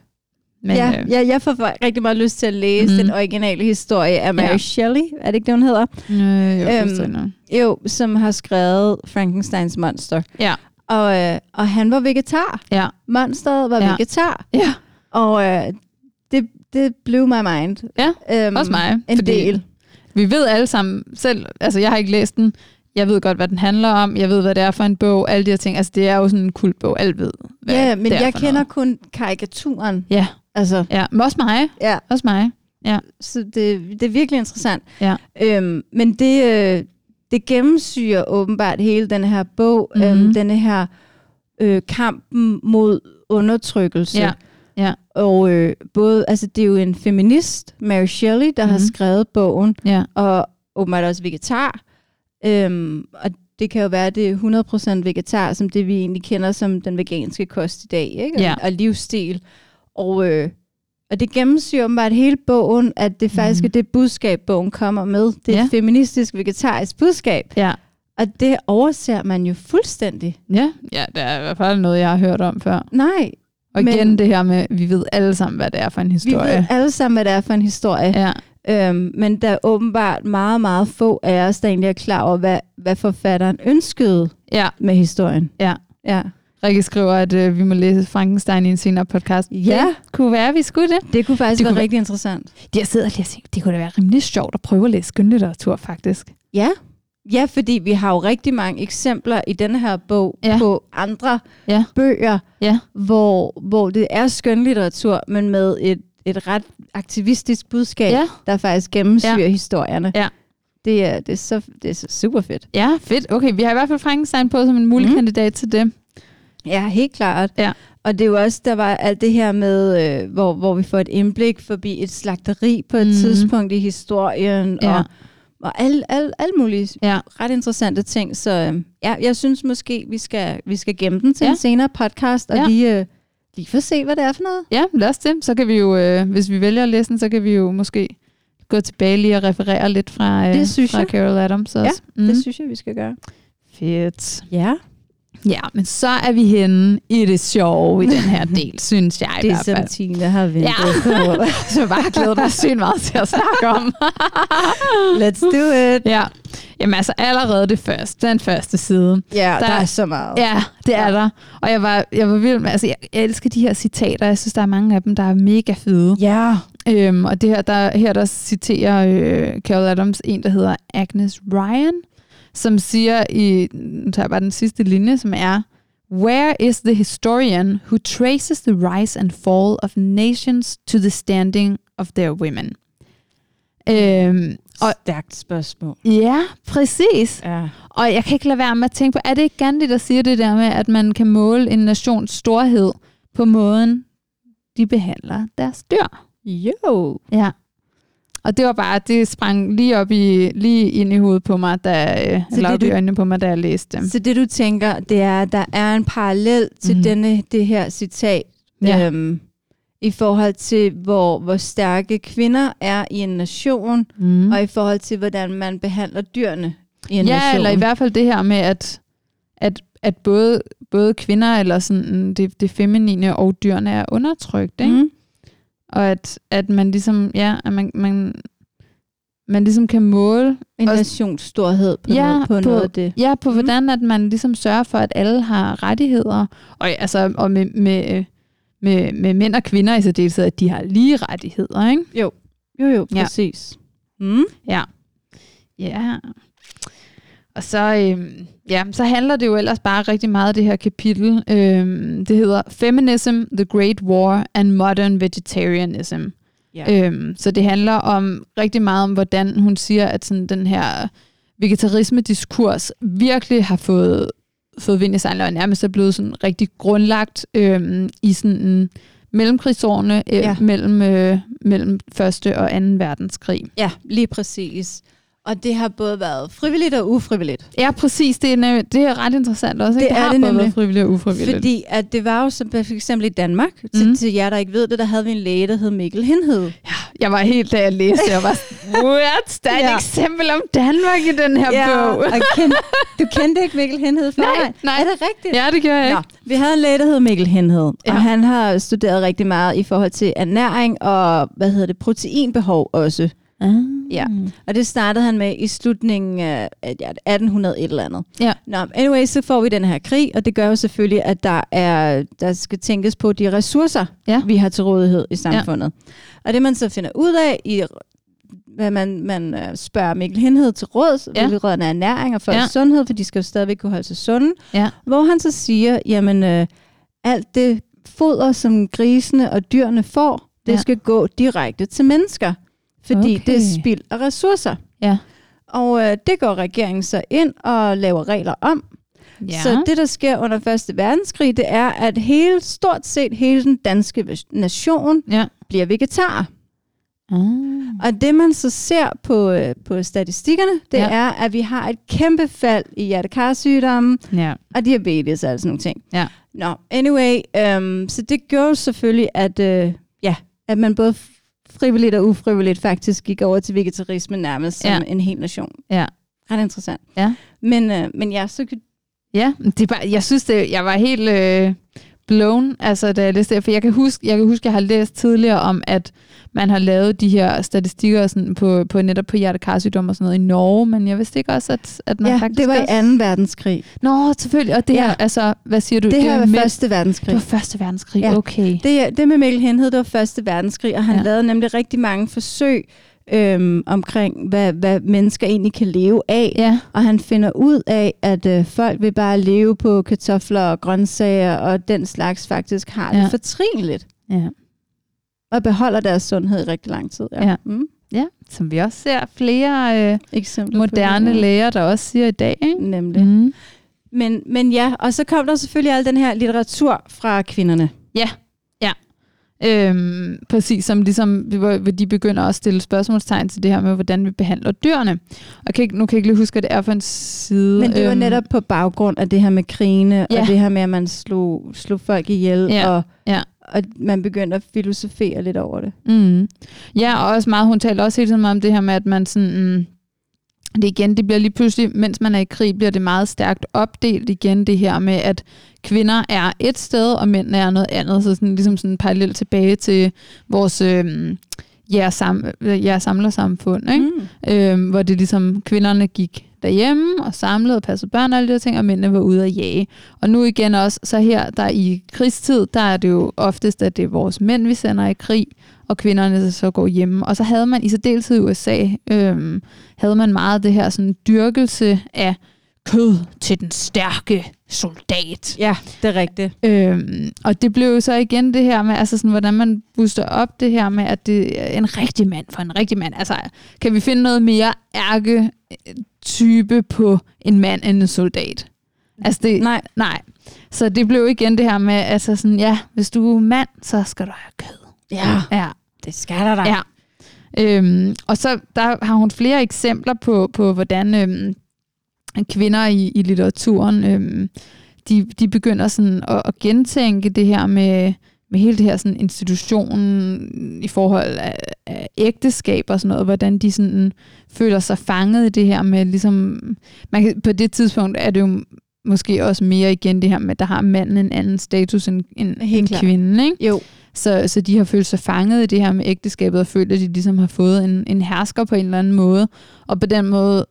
men
ja,
øh,
ja jeg får fa- rigtig meget lyst til at læse
Mhm.
mm. den originale historie af Mary
Ja.
ja. Shelley, er det ikke det, hun hedder?
øh, jo,
Øhm,
øhm,
Jo, som har skrevet Frankensteins Monster.
Ja.
Og, øh, og han var vegetar.
Ja.
Monsteret var
Ja.
ja. vegetar.
ja.
Og øh, det, det blew my mind.
Ja,
øhm,
Også mig.
En fordi... del.
Vi ved alle sammen selv, altså jeg har ikke læst den, jeg ved godt, hvad den handler om, jeg ved, hvad det er for en bog, alle de her ting. Altså det er jo sådan en kultbog, alt ved. Hvad
Ja, men
det er
jeg
for
kender
Noget.
kun karikaturen.
Ja,
Altså,
ja, men også mig,
ja,
også mig.
så det, det er virkelig interessant.
Ja.
Øhm, men det, øh, det gennemsyrer åbenbart hele den her bog, mm-hmm.
Mhm.
øhm, denne her øh, kampen mod undertrykkelse.
Ja, ja.
Og øh, både, altså det er jo en feminist, Mary Shelley, der mm-hmm. har
Mhm.
skrevet bogen,
Ja,
og åbenbart også vegetar. Øhm, og det kan jo være, at det er 100% vegetar, som det vi egentlig kender som den veganske kost i dag, ikke? Og,
Ja.
og livsstil. Og, øh, og det gennemsyrer åbenbart hele bogen, at det faktisk
Mhm.
er det budskab, bogen kommer med. Det er
Ja.
et feministisk, vegetarisk budskab.
ja.
Og det overser man jo fuldstændig.
Ja, ja, det er i hvert fald noget, jeg har hørt om før.
Nej,
Og igen
Men-
det her med, vi ved alle sammen, hvad det er for en
vi
historie.
ved alle sammen, hvad det er for en historie.
Ja,
Øhm, men der er åbenbart meget, meget få af os, der egentlig er klar over, hvad, hvad forfatteren ønskede
ja.
med historien.
Ja.
ja.
Rikke skriver, at øh, vi må læse Frankenstein i en senere podcast.
Ja.
Det kunne være, at vi skulle det.
Det kunne
Det
faktisk det være
kunne
rigtig interessant.
Jeg sidder lige og tænker, det kunne da være rimelig sjovt at prøve at læse skønlitteratur, faktisk.
Ja. Ja, fordi vi har jo rigtig mange eksempler i den her bog
Ja.
ja. på andre
Ja.
bøger,
Ja.
hvor, hvor det er skønlitteratur, men med et, et ret aktivistisk budskab,
Ja.
der faktisk gennemsyrer
Ja.
historierne.
Ja.
Det, er, det, er så, det er så super fedt.
Ja, fedt. Okay, vi har i hvert fald Frankenstein på som en mulig mm.
Mhm.
kandidat til det.
Ja, helt klart.
Ja.
Og det er jo også, der var alt det her med, øh, hvor, hvor vi får et indblik forbi et slagteri på et
Mhm.
mm. tidspunkt i historien,
Ja.
ja. og, og alle al, al mulige
Ja.
ret interessante ting. Så øh, ja, jeg synes måske, vi skal, vi skal gemme den til
Ja.
ja. en senere podcast, og
Ja.
ja. lige, øh, lige få se, hvad det er for noget.
Ja, lad os det. Så kan vi jo, øh, hvis vi vælger at læse den, så kan vi jo måske gå tilbage lige og referere lidt fra, øh,
Det synes
fra
jeg.
Carol Adams også.
Mm. Det synes jeg, vi skal gøre.
Fedt.
Ja.
Mhm. Ja, men så er vi henne i det sjove i den her [laughs] del, synes jeg i
Det er
hvert
som
fald.
Tina har ventet
Ja.
på.
Så jeg bare glæder dig sygt meget til at snakke om.
[laughs] Let's do it.
[laughs] ja. Jamen altså allerede det første, den første side.
Ja,
Der-
der, der er så meget.
Ja, det er der. Og jeg var, jeg var vild med, altså jeg, jeg elsker de her citater. Jeg synes, der er mange af dem, der er mega fede.
ja.
Øhm, og det her, der, her der citerer øh, Carol Adams en, der hedder Agnes Ryan, som siger i, nu tager jeg bare den sidste linje, som er, Where is the historian who traces the rise and fall of nations to the standing of their women? Øhm, Og-
Stærkt spørgsmål.
ja, præcis.
Ja.
Og jeg kan ikke lade være med at tænke på, er det ikke Gandhi, der siger det der med, at man kan måle en nations storhed på måden, de behandler deres dyr?
Jo.
Ja. Og det var bare, det sprang lige op i, lige ind i hovedet på mig, da, øh, eller
det,
op i
du-
øjnene på mig, da jeg læste dem.
Så det du tænker, det er, at der er en parallel til
Mhm.
mm. denne, det her citat,
Ja.
ja. øhm, i forhold til, hvor, hvor stærke kvinder er i en nation,
Mm.
mm. og i forhold til, hvordan man behandler dyrene i en
Ja,
nation.
eller i hvert fald det her med, at, at, at både, både kvinder, eller sådan, det, det feminine og dyrene er undertrykt, ikke? Mm.
Mm.
Og at, at man ligesom, ja, at man, man, man ligesom kan måle,
En
Og-
nations storhed på,
Ja,
ja, noget, på,
på-
på noget af det.
ja, på
Mhm.
hvordan at man ligesom sørger for, at alle har rettigheder, og, altså, og med, med, øh, med, med mænd og kvinder i særdeleshed, at de har lige rettigheder, ikke?
Jo, jo,
Ja.
præcis. Mm.
Ja. Og så, øhm, ja, så handler det jo ellers bare rigtig meget af det her kapitel. Øhm, det hedder Feminism, The Great War and Modern Vegetarianism.
Ja.
Øhm, så det handler om rigtig meget om, hvordan hun siger, at sådan den her vegetarisme-diskurs virkelig har fået, fået vind i sejlene, og nærmest er blevet sådan rigtig grundlagt øhm, i sådan mellemkrigsårene øh, ja.
Ja.
mellem, øh, mellem Første og Anden Verdenskrig.
ja, lige præcis. Og det har både været frivilligt og ufrivilligt.
Ja, præcis. Det er, nem- det er ret interessant også. Ikke?
Det er
har
det
både været
nemlig.
frivilligt og ufrivilligt.
Fordi at det var jo som for eksempel i Danmark, til,
Mhm.
mm. til jer, der ikke ved det, der havde vi en læge, der hed Mikkel Hindhed.
Jeg var helt, da jeg læste, jeg var sådan, what? Der er et
[laughs] Ja.
eksempel om Danmark i den her bog. [laughs]
og kend, du kendte ikke Mikkel Hindhed før?
Nej, nej.
Er det rigtigt?
Ja, det gør jeg
Nå,
ikke.
vi havde en læge, der hed Mikkel Hindhed,
Ja.
ja. og han har studeret rigtig meget i forhold til ernæring og, hvad hedder det, proteinbehov også. Ja. Og det startede han med i slutningen af af- ja, 1800 et eller andet.
Ja.
Nå, anyway, så får vi den her krig, og det gør jo selvfølgelig, at der, er, der skal tænkes på de ressourcer,
Ja.
vi har til rådighed i samfundet. Og det man så finder ud af i hvad man, man øh, spørger Mikkel Hindhed til råds,
Ja.
ja. vedrørende ernæring og folks
Ja.
ja. sundhed, for de skal jo stadigvæk kunne holde sig sunde.
Ja.
Hvor han så siger, jamen øh, alt det foder, som grisene og dyrene får, det
Ja.
ja. skal gå direkte til mennesker, fordi
Okay.
okay. det er spild af ressourcer.
Ja.
Og øh, det går regeringen så ind og laver regler om.
Ja.
Så det, der sker under Første Verdenskrig, det er, at hele, stort set hele den danske ves- nation
ja.
bliver vegetarer.
Ah.
Og det, man så ser på, øh, på statistikkerne, det
Ja.
ja. er, at vi har et kæmpe fald i hjertekarsygdomme
ja.
og diabetes og alle sådan nogle ting.
Ja.
Nå, no, anyway, øhm, så det gjorde jo selvfølgelig, at, øh, ja, at man både frivilligt og ufrivilligt faktisk gik over til vegetarisme nærmest som
Ja.
en hel nation.
Ja.
Ret interessant.
Ja.
Men, øh, men ja, så kan
Ja, det er bare, jeg synes, det, jeg var helt øh, blown, altså, da jeg læste det, for jeg kan, huske, jeg kan huske, jeg har læst tidligere om, at man har lavet de her statistikker sådan på, på netop på hjertekarsygdom og sådan noget i Norge, men jeg vidste ikke også, at, at man
ja,
faktisk
det var
også...
i 2. verdenskrig.
Nå, selvfølgelig. Og det her,
Ja.
altså, hvad siger du?
Det her
er
var
mænd-
første
Det
verdenskrig.
var første verdenskrig,
Ja.
okay.
Det, det med Mikkel Henhed, det var første verdenskrig, og han
Ja.
ja. lavede nemlig rigtig mange forsøg øhm, omkring, hvad, hvad mennesker egentlig kan leve af.
Ja,
Og han finder ud af, at øh, folk vil bare leve på kartofler og grøntsager, og den slags faktisk har det
Ja.
ja. fortrinligt,
ja.
og beholder deres sundhed i rigtig lang tid.
Ja.
Mm.
ja. som vi også ser flere øh,
Eksempler
moderne
på det, ja.
læger, der også siger i dag. Ikke?
Nemlig. Mm.
Mm.
Men, men ja, og så kom der selvfølgelig al den her litteratur fra kvinderne.
Øhm, præcis som ligesom, hvor, hvor de begynder at stille spørgsmålstegn til det her med, hvordan vi behandler dyrene. Og jeg kan ikke, nu kan jeg ikke lige huske, hvad det er for en side.
Men det var
øhm,
netop på baggrund af det her med krigene,
Ja.
og det her med, at man slog, slog folk ihjel,
Ja,
Og,
ja.
og man begyndte at filosofere lidt over det.
Mm. Ja, og også meget, hun talte også hele tiden meget om det her med, at man sådan, mm, det igen, det bliver lige pludselig, mens man er i krig, bliver det meget stærkt opdelt igen, det her med, at kvinder er et sted, og mænd er noget andet. Så sådan, ligesom sådan parallelt tilbage til vores øh, jer, sam, øh, jer samler samfund, ikke?
Mm.
Mm. Øh, hvor det ligesom, kvinderne gik derhjemme og samlede og passede børn og alle de der ting, og mændene var ude at jage. Og nu igen også, så her der i krigstid, der er det jo oftest, at det er vores mænd, vi sender i krig, og kvinderne så går hjemme. Og så havde man i særdeleshed i USA, øhm, havde man meget det her sådan dyrkelse af kød til den stærke soldat.
Ja, det er rigtigt.
Øhm, og det blev jo så igen det her med, altså sådan, hvordan man booster op det her med, at det er en rigtig mand for en rigtig mand. Altså, kan vi finde noget mere ærke øh, type på en mand end en soldat? Altså det,
Nej.
nej. Så det blev igen det her med, altså sådan, ja, hvis du er mand, så skal du have kød.
Ja,
Ja.
det skal der da.
Ja. Øhm, og så der har hun flere eksempler på, på hvordan øhm, kvinder i, i litteraturen, øhm, de, de begynder sådan at, at gentænke det her med, med hele det her sådan institutionen i forhold af, af ægteskab og sådan noget, hvordan de sådan føler sig fanget i det her med ligesom, man kan, på det tidspunkt er det jo måske også mere igen det her med, at der har manden en anden status end, end,
Helt
end
klart.
kvinden, ikke?
Jo.
Så, så de har følt sig fanget i det her med ægteskabet, og følt, at de ligesom har fået en, en hersker på en eller anden måde. Og på den måde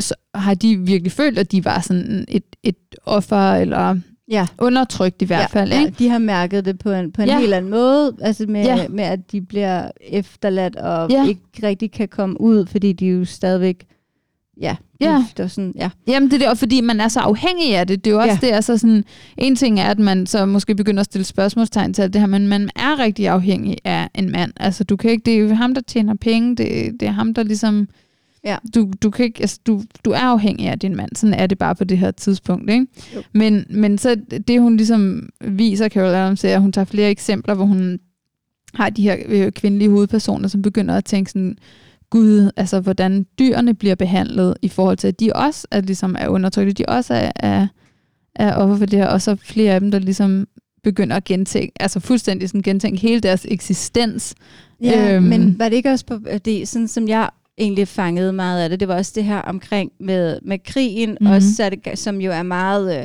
så har de virkelig følt, at de var sådan et, et offer, eller
Ja.
undertrykt i hvert ja, fald.
ja,
Ikke?
de har mærket det på en, på en
Ja.
ja. helt anden måde, altså med,
Ja.
ja. med at de bliver efterladt og
Ja.
ja. ikke rigtig kan komme ud, fordi de jo stadigvæk, ja, de-
Ja.
det var sådan, ja.
Jamen det er der, fordi man er så afhængig af det. Det er jo også ja. det, altså sådan, en ting er, at man så måske begynder at stille spørgsmålstegn til alt det her, men man er rigtig afhængig af en mand. Altså du kan ikke, det er jo ham, der tjener penge, det, det er ham, der ligesom,
Ja.
du, du, kan ikke, altså, du, du er afhængig af din mand. Sådan er det bare på det her tidspunkt. Ikke?
Jo.
Men, men så det, hun ligesom viser, Carol Adams, er, at hun tager flere eksempler, hvor hun har de her øh, kvindelige hovedpersoner, som begynder at tænke sådan, gud, altså hvordan dyrene bliver behandlet i forhold til, at de også er, ligesom, er undertrykte, de også er, er, er offer for det her, og så flere af dem, der ligesom begynder at gentænke, altså fuldstændig sådan gentænke hele deres eksistens.
Ja,
Øhm.
øhm. men var det ikke også på, det, sådan som jeg egentlig fangede meget af det, det var også det her omkring med, med krigen,
Mhm.
mm-hmm. også, så er det, som jo er meget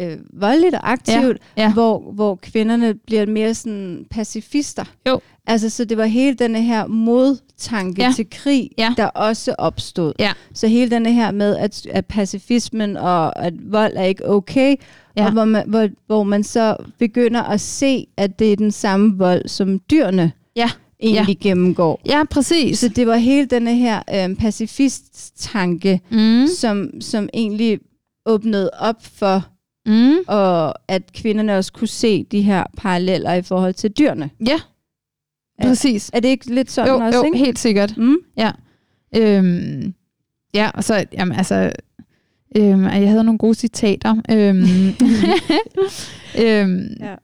øh, øh, voldeligt og aktivt,
ja.
Hvor, hvor kvinderne bliver mere sådan pacifister.
Jo.
Altså, så det var hele denne her modtanke
Ja.
ja. til krig,
Ja.
der også opstod.
Ja.
Så hele denne her med, at, at pacifismen og at vold er ikke okay,
Ja.
ja. og hvor man, hvor, hvor man så begynder at se, at det er den samme vold, som dyrene
Ja.
egentlig ja. gennemgår.
Ja, præcis.
Så det var hele denne her øh, pacifist-tanke,
Mm.
mm. som, som egentlig åbnede op for,
Mm.
og at kvinderne også kunne se de her paralleller i forhold til dyrene.
Ja,
Ja.
præcis.
Er det ikke lidt sådan
Jo,
også,
jo
ikke?
helt sikkert.
Mm?
Øhm, ja, og så, jamen altså, øhm, og jeg havde nogle gode citater. Øhm, øhm, ja.
Ja.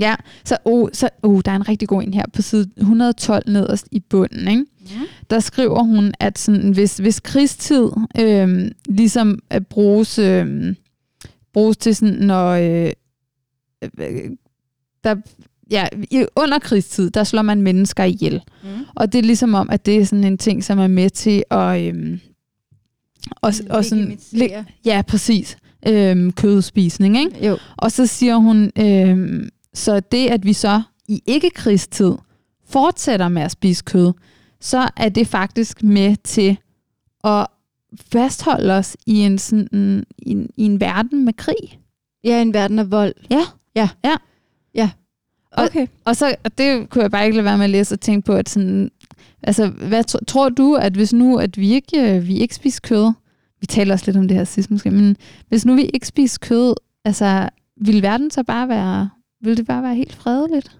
Ja, så, oh, så oh, der er en rigtig god en her på side 112 nederst i bunden. Ikke?
Ja.
Der skriver hun, at sådan, hvis, hvis krigstid øhm, ligesom at bruges, øhm, bruges til sådan, når øh, øh, der, ja, i- under krigstid, der slår man mennesker ihjel.
Mm.
Og det er ligesom om, at det er sådan en ting, som er med til at... Øhm, og, og sådan, lig- ja, præcis. Øhm, kødspisning, ikke?
Jo.
Og så siger hun, øhm, så det, at vi så i ikke-krigstid fortsætter med at spise kød, så er det faktisk med til at fastholde os i en, sådan, en, i en, i en verden med krig.
Ja, en verden af vold.
Ja.
Ja.
Ja.
ja. Okay.
Og så, og det kunne jeg bare ikke lade være med at læse og tænke på, at sådan, altså, hvad tro, tror du, at hvis nu, at vi ikke, øh, vi ikke spiser kød, vi taler også lidt om det her sidst måske, men hvis nu vi ikke spiser kød, altså, ville verden så bare være, ville det bare være helt fredeligt?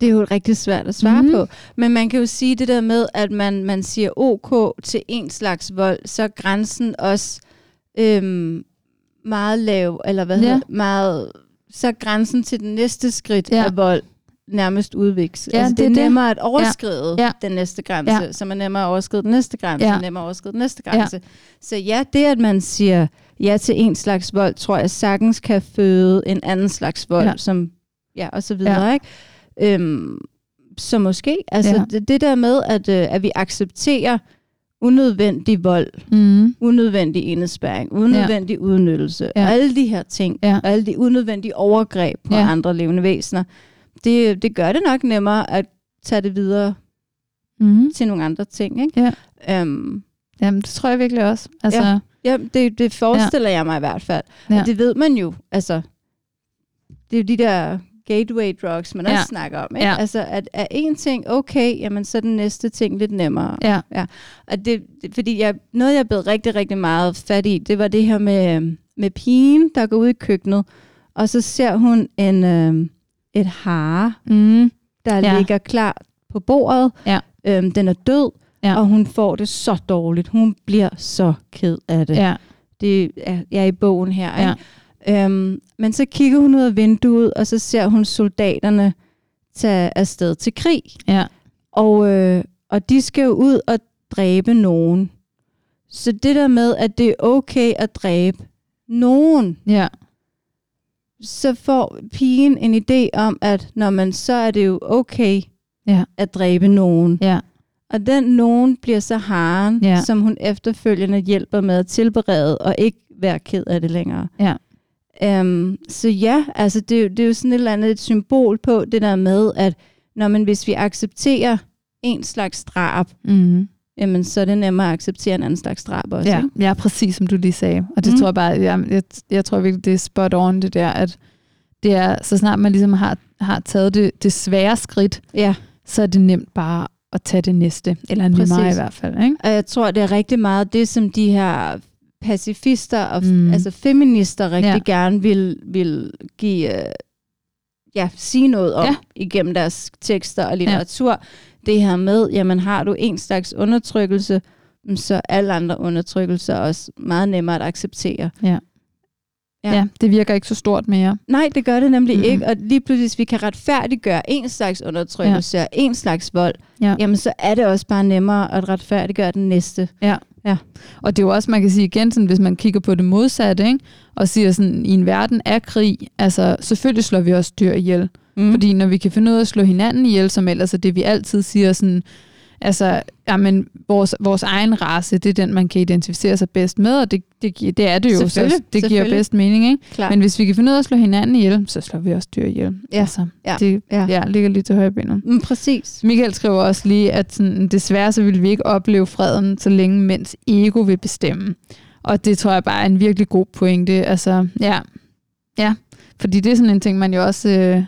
Det er jo rigtig svært at svare
Mhm.
mm. på. Men man kan jo sige det der med, at man, man siger OK til en slags vold, så er grænsen også øhm, meget lav, eller hvad
Ja.
ja. hedder meget, så er grænsen til den næste skridt
Ja.
ja. af vold nærmest udviklet.
Ja,
altså, det,
det er det.
er nemmere at overskride
Ja. Ja.
ja. den næste grænse,
Ja.
ja. så man nemmere at overskride den næste grænse,
Ja.
ja. nemmere at overskride den næste grænse. Ja. Så ja, det at man siger ja til en slags vold, tror jeg sagtens kan føde en anden slags vold,
Ja.
ja. som ja, og så videre, ja. ikke? Øhm, så måske, altså
Ja.
ja. det, det der med, at, øh, at vi accepterer unødvendig vold,
Mm.
unødvendig indespærring, unødvendig ja. udnyttelse,
Ja.
ja. alle de her ting,
Ja.
alle de unødvendige overgreb på
Ja.
ja. andre levende væsener, det, det gør det nok nemmere at tage det videre
Mm.
til nogle andre ting. Ikke? Ja. Øhm,
Jamen, det tror jeg virkelig også. Altså, ja.
ja, det, det forestiller ja. jeg mig i hvert fald. Ja.
Ja.
Og det ved man jo. Altså, det er jo de der gateway drugs, man
Ja.
ja. også snakker om. Ikke?
Ja.
Altså, at er en ting okay, jamen, så er den næste ting lidt nemmere.
Ja.
Og det, det, fordi jeg, noget, jeg blev rigtig, rigtig meget fat i, det var det her med, øhm, med pigen, der går ud i køkkenet, og så ser hun en, øh, et hare,
Mm.
der
Ja.
ja. ligger klar på bordet.
Ja.
Øhm, den er død,
Ja.
og hun får det så dårligt. Hun bliver så ked af det.
ja.
Det er, jeg er i bogen her. Ja. Ikke? Øhm, men så kigger hun ud af vinduet, og så ser hun soldaterne tage afsted til krig.
Ja.
Og, øh, og de skal jo ud og dræbe nogen. Så det der med, at det er okay at dræbe nogen,
Ja.
så får pigen en idé om, at når man så er det jo okay
Ja.
at dræbe nogen.
Ja.
Og den nogen bliver så haren,
Ja.
ja. som hun efterfølgende hjælper med at tilberede, og ikke være ked af det længere.
Ja.
Um, så ja, altså det, er jo- det er jo sådan et eller andet et symbol på det der med, at når man, hvis vi accepterer en slags drab,
Mm.
jamen, så er det nemmere at acceptere en anden slags drab også.
Ja.
Ikke?
ja, præcis som du lige sagde. Og det mm.
Mm.
tror jeg bare, jeg, jeg, jeg tror virkelig, det er spot on det der, at det er, så snart man ligesom har, har taget det, det svære skridt,
ja.
så er det nemt bare at tage det næste. Eller
Præcis.
nemmere i hvert fald. Ikke?
Og jeg tror, det er rigtig meget det, som de her pacifister og
Mm.
mm. altså feminister rigtig
Ja.
ja. gerne vil, vil give, øh, ja, sige noget om
Ja.
ja. igennem deres tekster og litteratur. Ja. Det her med, jamen har du en slags undertrykkelse, mm, så er alle andre undertrykkelser også meget nemmere at acceptere.
Ja.
Ja.
ja, det virker ikke så stort mere.
Nej, det gør det nemlig
Mhm.
mm-hmm. ikke, og lige pludselig, hvis vi kan retfærdiggøre en slags undertrykkelse ja. og en slags vold,
Ja.
jamen så er det også bare nemmere at retfærdiggøre den næste.
Og det er jo også, man kan sige igen, sådan, hvis man kigger på det modsatte, ikke? og siger sådan, i en verden af krig, altså selvfølgelig slår vi også dyr ihjel. Mm.
Mm.
Fordi når vi kan finde ud af at slå hinanden ihjel, som ellers er det, vi altid siger sådan, altså, jamen, vores, vores egen race, det er den, man kan identificere sig bedst med, og det, det, gi- det er det jo, så
Selvfølgelig,
det giver
selvfølgelig.
bedst mening. Ikke?
Klart.
Men hvis vi kan finde ud af at slå hinanden ihjel, så slår vi også dyr ihjel.
Ja,
Altså,
ja,
Det
ja.
ja, ligger lige til højre benet.
Mm, præcis.
Michael skriver også lige, at sådan, desværre så vil vi ikke opleve freden, så længe mænds ego vil bestemme. Og det tror jeg bare er en virkelig god pointe. Altså, ja. ja. Fordi det er sådan en ting, man jo også øh,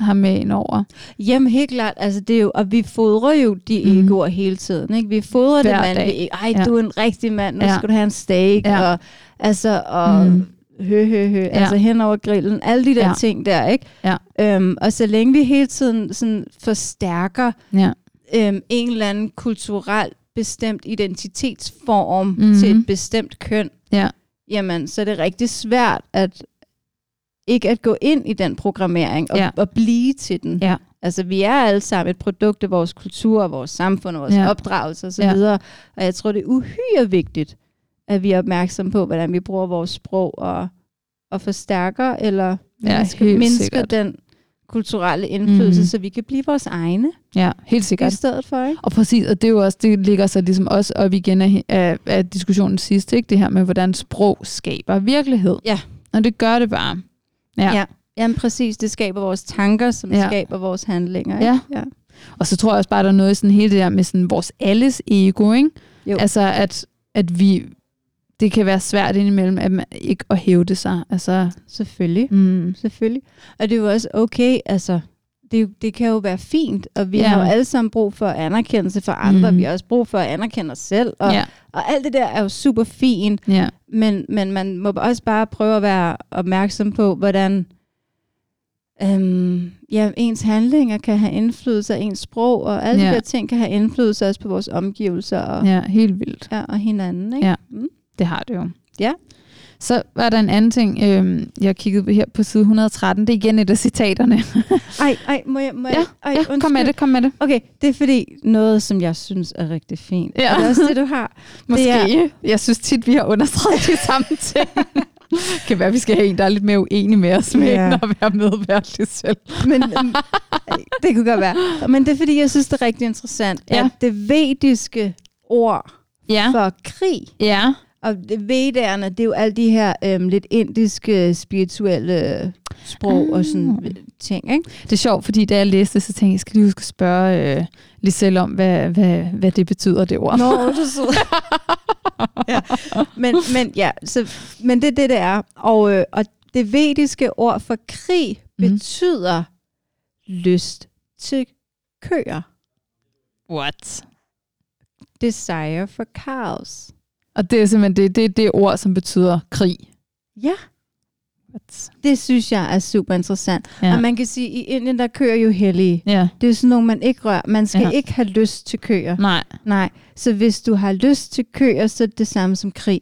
har med ind over.
Jamen helt klart, altså det er jo, og vi fodrer jo de
Mhm.
mm. egoer hele tiden, ikke? Vi fodrer
Hver
det mandlige
dag.
ego. Ej,
Ja.
ja. du er en rigtig mand, nu
Ja.
ja. skal du have en steak,
Ja.
ja. og altså, og
Mhm.
mm. hø, hø, hø, ja. altså hen over grillen, alle de der
Ja.
ja. ting der, ikke?
Ja.
Øhm, og så længe vi hele tiden sådan forstærker
Ja.
øhm, en eller anden kulturelt bestemt identitetsform
Mhm.
mm. til et bestemt køn,
Ja.
jamen, så er det rigtig svært at ikke at gå ind i den programmering og,
Ja.
ja. og blive til den.
Ja.
Altså, vi er alle sammen et produkt af vores kultur, og vores samfund, og vores
Ja.
ja. opdragelse osv.
Ja.
Ja. Og jeg tror, det er uhyre vigtigt, at vi er opmærksomme på, hvordan vi bruger vores sprog og, og forstærker eller
Ja,
mindsker,
helt
mindsker
sikkert.
den kulturelle indflydelse,
Mhm.
mm. så vi kan blive vores egne
Ja, helt
i
sikkert.
stedet for. Ikke?
Og præcis, og det, er jo også, det ligger sig ligesom også op igen af, af, af diskussionen sidst, ikke? det her med, hvordan sprog skaber virkelighed.
Ja.
Og det gør det bare. Ja.
Jamen præcis, det skaber vores tanker, som
Ja.
ja. skaber vores handlinger.
Ja.
Ikke? ja.
Og så tror jeg også bare, der er noget i sådan hele det der med sådan vores alles ego, ikke?
Jo.
Altså, at, at vi... Det kan være svært indimellem, at man ikke at hævde sig. Altså,
Selvfølgelig.
mm,
selvfølgelig. Og det er jo også okay, altså, det, er jo- det kan jo være fint, og vi
Ja.
ja. har jo alle sammen brug for anerkendelse fra andre,
Mhm.
mm. vi har også brug for at anerkende os selv, og,
ja,
og alt det der er jo super fint,
ja,
men, men man må også bare prøve at være opmærksom på, hvordan øhm, ja, ens handlinger kan have indflydelse, og ens sprog og alle
Ja.
de der ting kan have indflydelse også på vores omgivelser og, ja.
ja, helt vildt.
Ja, og hinanden. Ikke?
Ja.
Mm.
Det har det jo.
Ja.
Så var der en anden ting, øhm, jeg kiggede på her på side 113. Det er igen et af citaterne.
Ej, ej, må jeg... Må
Ja,
jeg ej,
ja, kom med
undskyld.
det, kom med det.
Okay, det er fordi noget, som jeg synes er rigtig fint.
Ja.
Ja. Og det er også det, du har.
[laughs] Måske.
Det er,
Er... Jeg synes tit, vi har understreget de samme [laughs] ting. kan være, vi skal have en, der er lidt mere uenig med os, med
Ja.
ja. at være medværdig selv.
men, øhm, ej, det kunne godt være. Men det er fordi, jeg synes, det er rigtig interessant,
Ja.
ja. at det vediske ord
Ja.
for krig.
Ja.
Og vedderne, det er jo alle de her øhm, lidt indiske spirituelle sprog og sådan
Ah.
øh, ting, ikke?
Det er sjovt, fordi da jeg læste det, så tænkte jeg, jeg skal lige huske at spørge øh, lige selv om, hvad, hvad, hvad det betyder, det ord.
Nå, du så. ja. Men, men, ja, så, men det er det, det er. Og, øh, og det vediske ord for krig
Mhm.
mm. betyder lyst til køer.
[laughs] What?
Desire for cows.
Og det er simpelthen det, det, er det ord, som betyder krig.
Ja,
What?
det synes jeg er super interessant.
Ja.
Ja. Og man kan sige, at i Indien, der kører jo hellige.
Ja,
Det er sådan nogle, man ikke rører. Man skal
Ja.
ja. ikke have lyst til køer.
nej.
Nej, så hvis du har lyst til køer, så er det det samme som krig.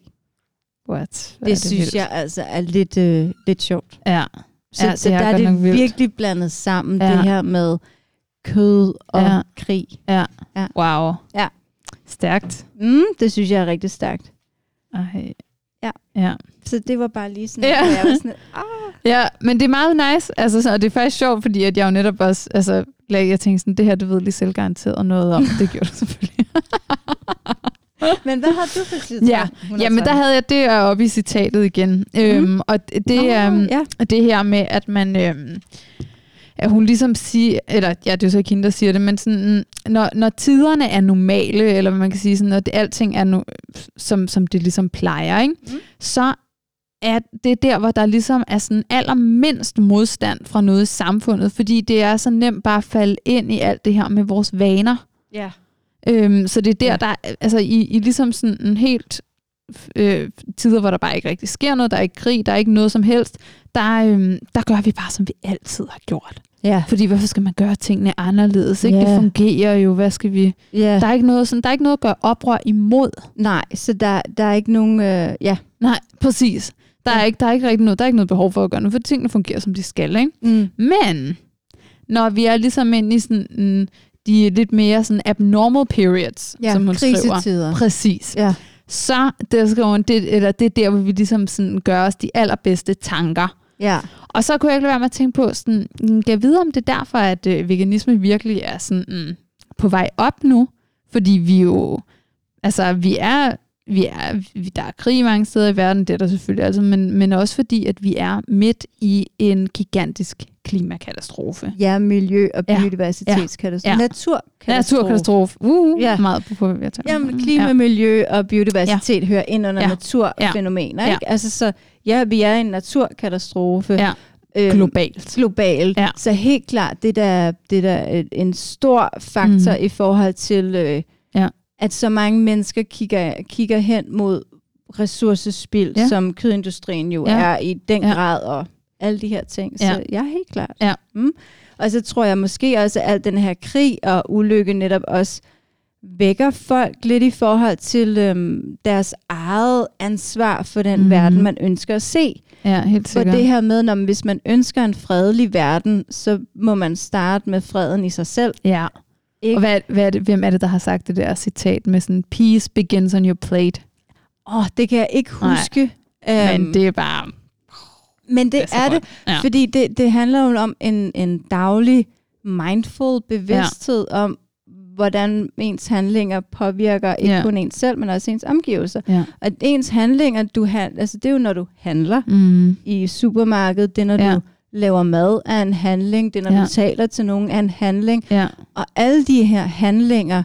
What? Hvor
Det,
er
det synes
vildt.
jeg altså er lidt, øh, lidt sjovt.
Ja.
Så,
Ja, det
så
er
der er
godt
det
nok vildt.
virkelig blandet sammen,
Ja.
det her med kød og
Ja.
ja. krig.
Wow.
Ja.
Stærkt.
Mm, det synes jeg er rigtig stærkt.
Ej.
Ja.
ja.
Så det var bare lige sådan,
Ja.
ja. jeg var sådan, ah,
Ja, men det er meget nice, altså, sådan, og det er faktisk sjovt, fordi at jeg jo netop også, altså, lag- jeg tænkte sådan, det her, det ved lige selv garanteret noget
[laughs]
om. Det gjorde du selvfølgelig.
men hvad har du for tid?
Ja. Jamen, der havde jeg det øh, oppe i citatet igen. Øhm, og det, det, øhm,
Mhm. ja.
Og det her med, at man... Øhm, at hun ligesom siger, eller ja, det er jo så ikke hende, der siger det, men sådan, når, når tiderne er normale, eller hvad man kan sige, sådan, når det, alting er, nu, som, som det ligesom plejer, ikke? Mm.
Mm.
så er det der, hvor der ligesom er sådan allermindst modstand fra noget i samfundet, fordi det er så nemt bare at falde ind i alt det her med vores vaner.
ja.
Øhm, så det er der,
Ja.
der er- altså i, i ligesom sådan en helt øh, tider, hvor der bare ikke rigtig sker noget, der er ikke krig, der er ikke noget som helst, der, øhm, der gør vi bare, som vi altid har gjort.
Ja.
Fordi hvorfor skal man gøre tingene anderledes? Ikke?
Ja.
Det fungerer jo, hvad skal vi...
ja.
Der er ikke noget, sådan, der er ikke noget at gøre oprør imod.
Nej, så der, der er ikke nogen, øh, ja.
Nej, præcis. Der er, ikke, der er ikke rigtig noget, der er ikke noget behov for at gøre noget, for tingene fungerer, som de skal. Ikke?
Mm.
Men når vi er ligesom inde i sådan, mm, de lidt mere sådan abnormal periods,
ja.
som hun skriver.
krisetider.
Præcis.
Ja.
så der skriver hun, det, eller det er der, hvor vi ligesom sådan gør os de allerbedste tanker.
Ja.
Og så kunne jeg ikke lade være med at tænke på, sådan, mm, kan jeg vide om det er derfor, at øh, veganisme virkelig er sådan, mm, på vej op nu? Fordi vi jo, altså vi er, vi er, vi, der er krig mange steder i verden, det er der selvfølgelig altså, men, men også fordi, at vi er midt i en gigantisk klimakatastrofe.
ja, miljø- og
Ja.
biodiversitetskatastrofe.
Ja. Ja.
Ja. Ja. Naturkatastrofe.
Naturkatastrofe. Uh, ja.
Ja.
meget på, jeg tager.
Jamen, klima, ja. miljø og biodiversitet ja. hører ind under
Ja.
ja. naturfænomener.
Ja.
Ja. Ikke? Altså, så ja, vi er i en naturkatastrofe.
Ja.
Øhm,
globalt.
globalt.
Ja.
Så helt klart, det der, det der er en stor faktor
Mhm.
mm. i forhold til, øh,
Ja.
at så mange mennesker kigger, kigger hen mod ressourcespild,
Ja.
ja. som kødindustrien jo
Ja.
ja. er i den
Ja.
ja. grad, og alle de her ting.
Ja.
Så ja, helt klart.
Ja.
Mm. Og så tror jeg måske også, at al den her krig og ulykke netop også vækker folk lidt i forhold til øhm, deres eget ansvar for den
Mhm.
mm. verden, man ønsker at se.
Ja, helt
For
sikkert.
det her med, når man, hvis man ønsker en fredelig verden, så må man starte med freden i sig selv.
Ja. Ikke?
Ikke?
Og hvad, hvad er det, hvem er det, der har sagt det der citat med sådan, peace begins on your plate?
Åh, oh, det kan jeg ikke
Nej.
huske.
Um,
Øhm,
Men det er bare...
men det
er så
er
godt.
det,
Ja.
ja. fordi det, det handler jo om en, en daglig mindful bevidsthed ja. om, hvordan ens handlinger påvirker ikke
Ja.
ja. kun en selv, men også ens omgivelser.
Ja.
Og ens handlinger, du han, altså det er jo når du handler
Mm,
i supermarkedet, det er når
Ja.
ja. du laver mad af en handling, det er når
Ja.
ja. du taler til nogen af en handling.
ja,
Og alle de her handlinger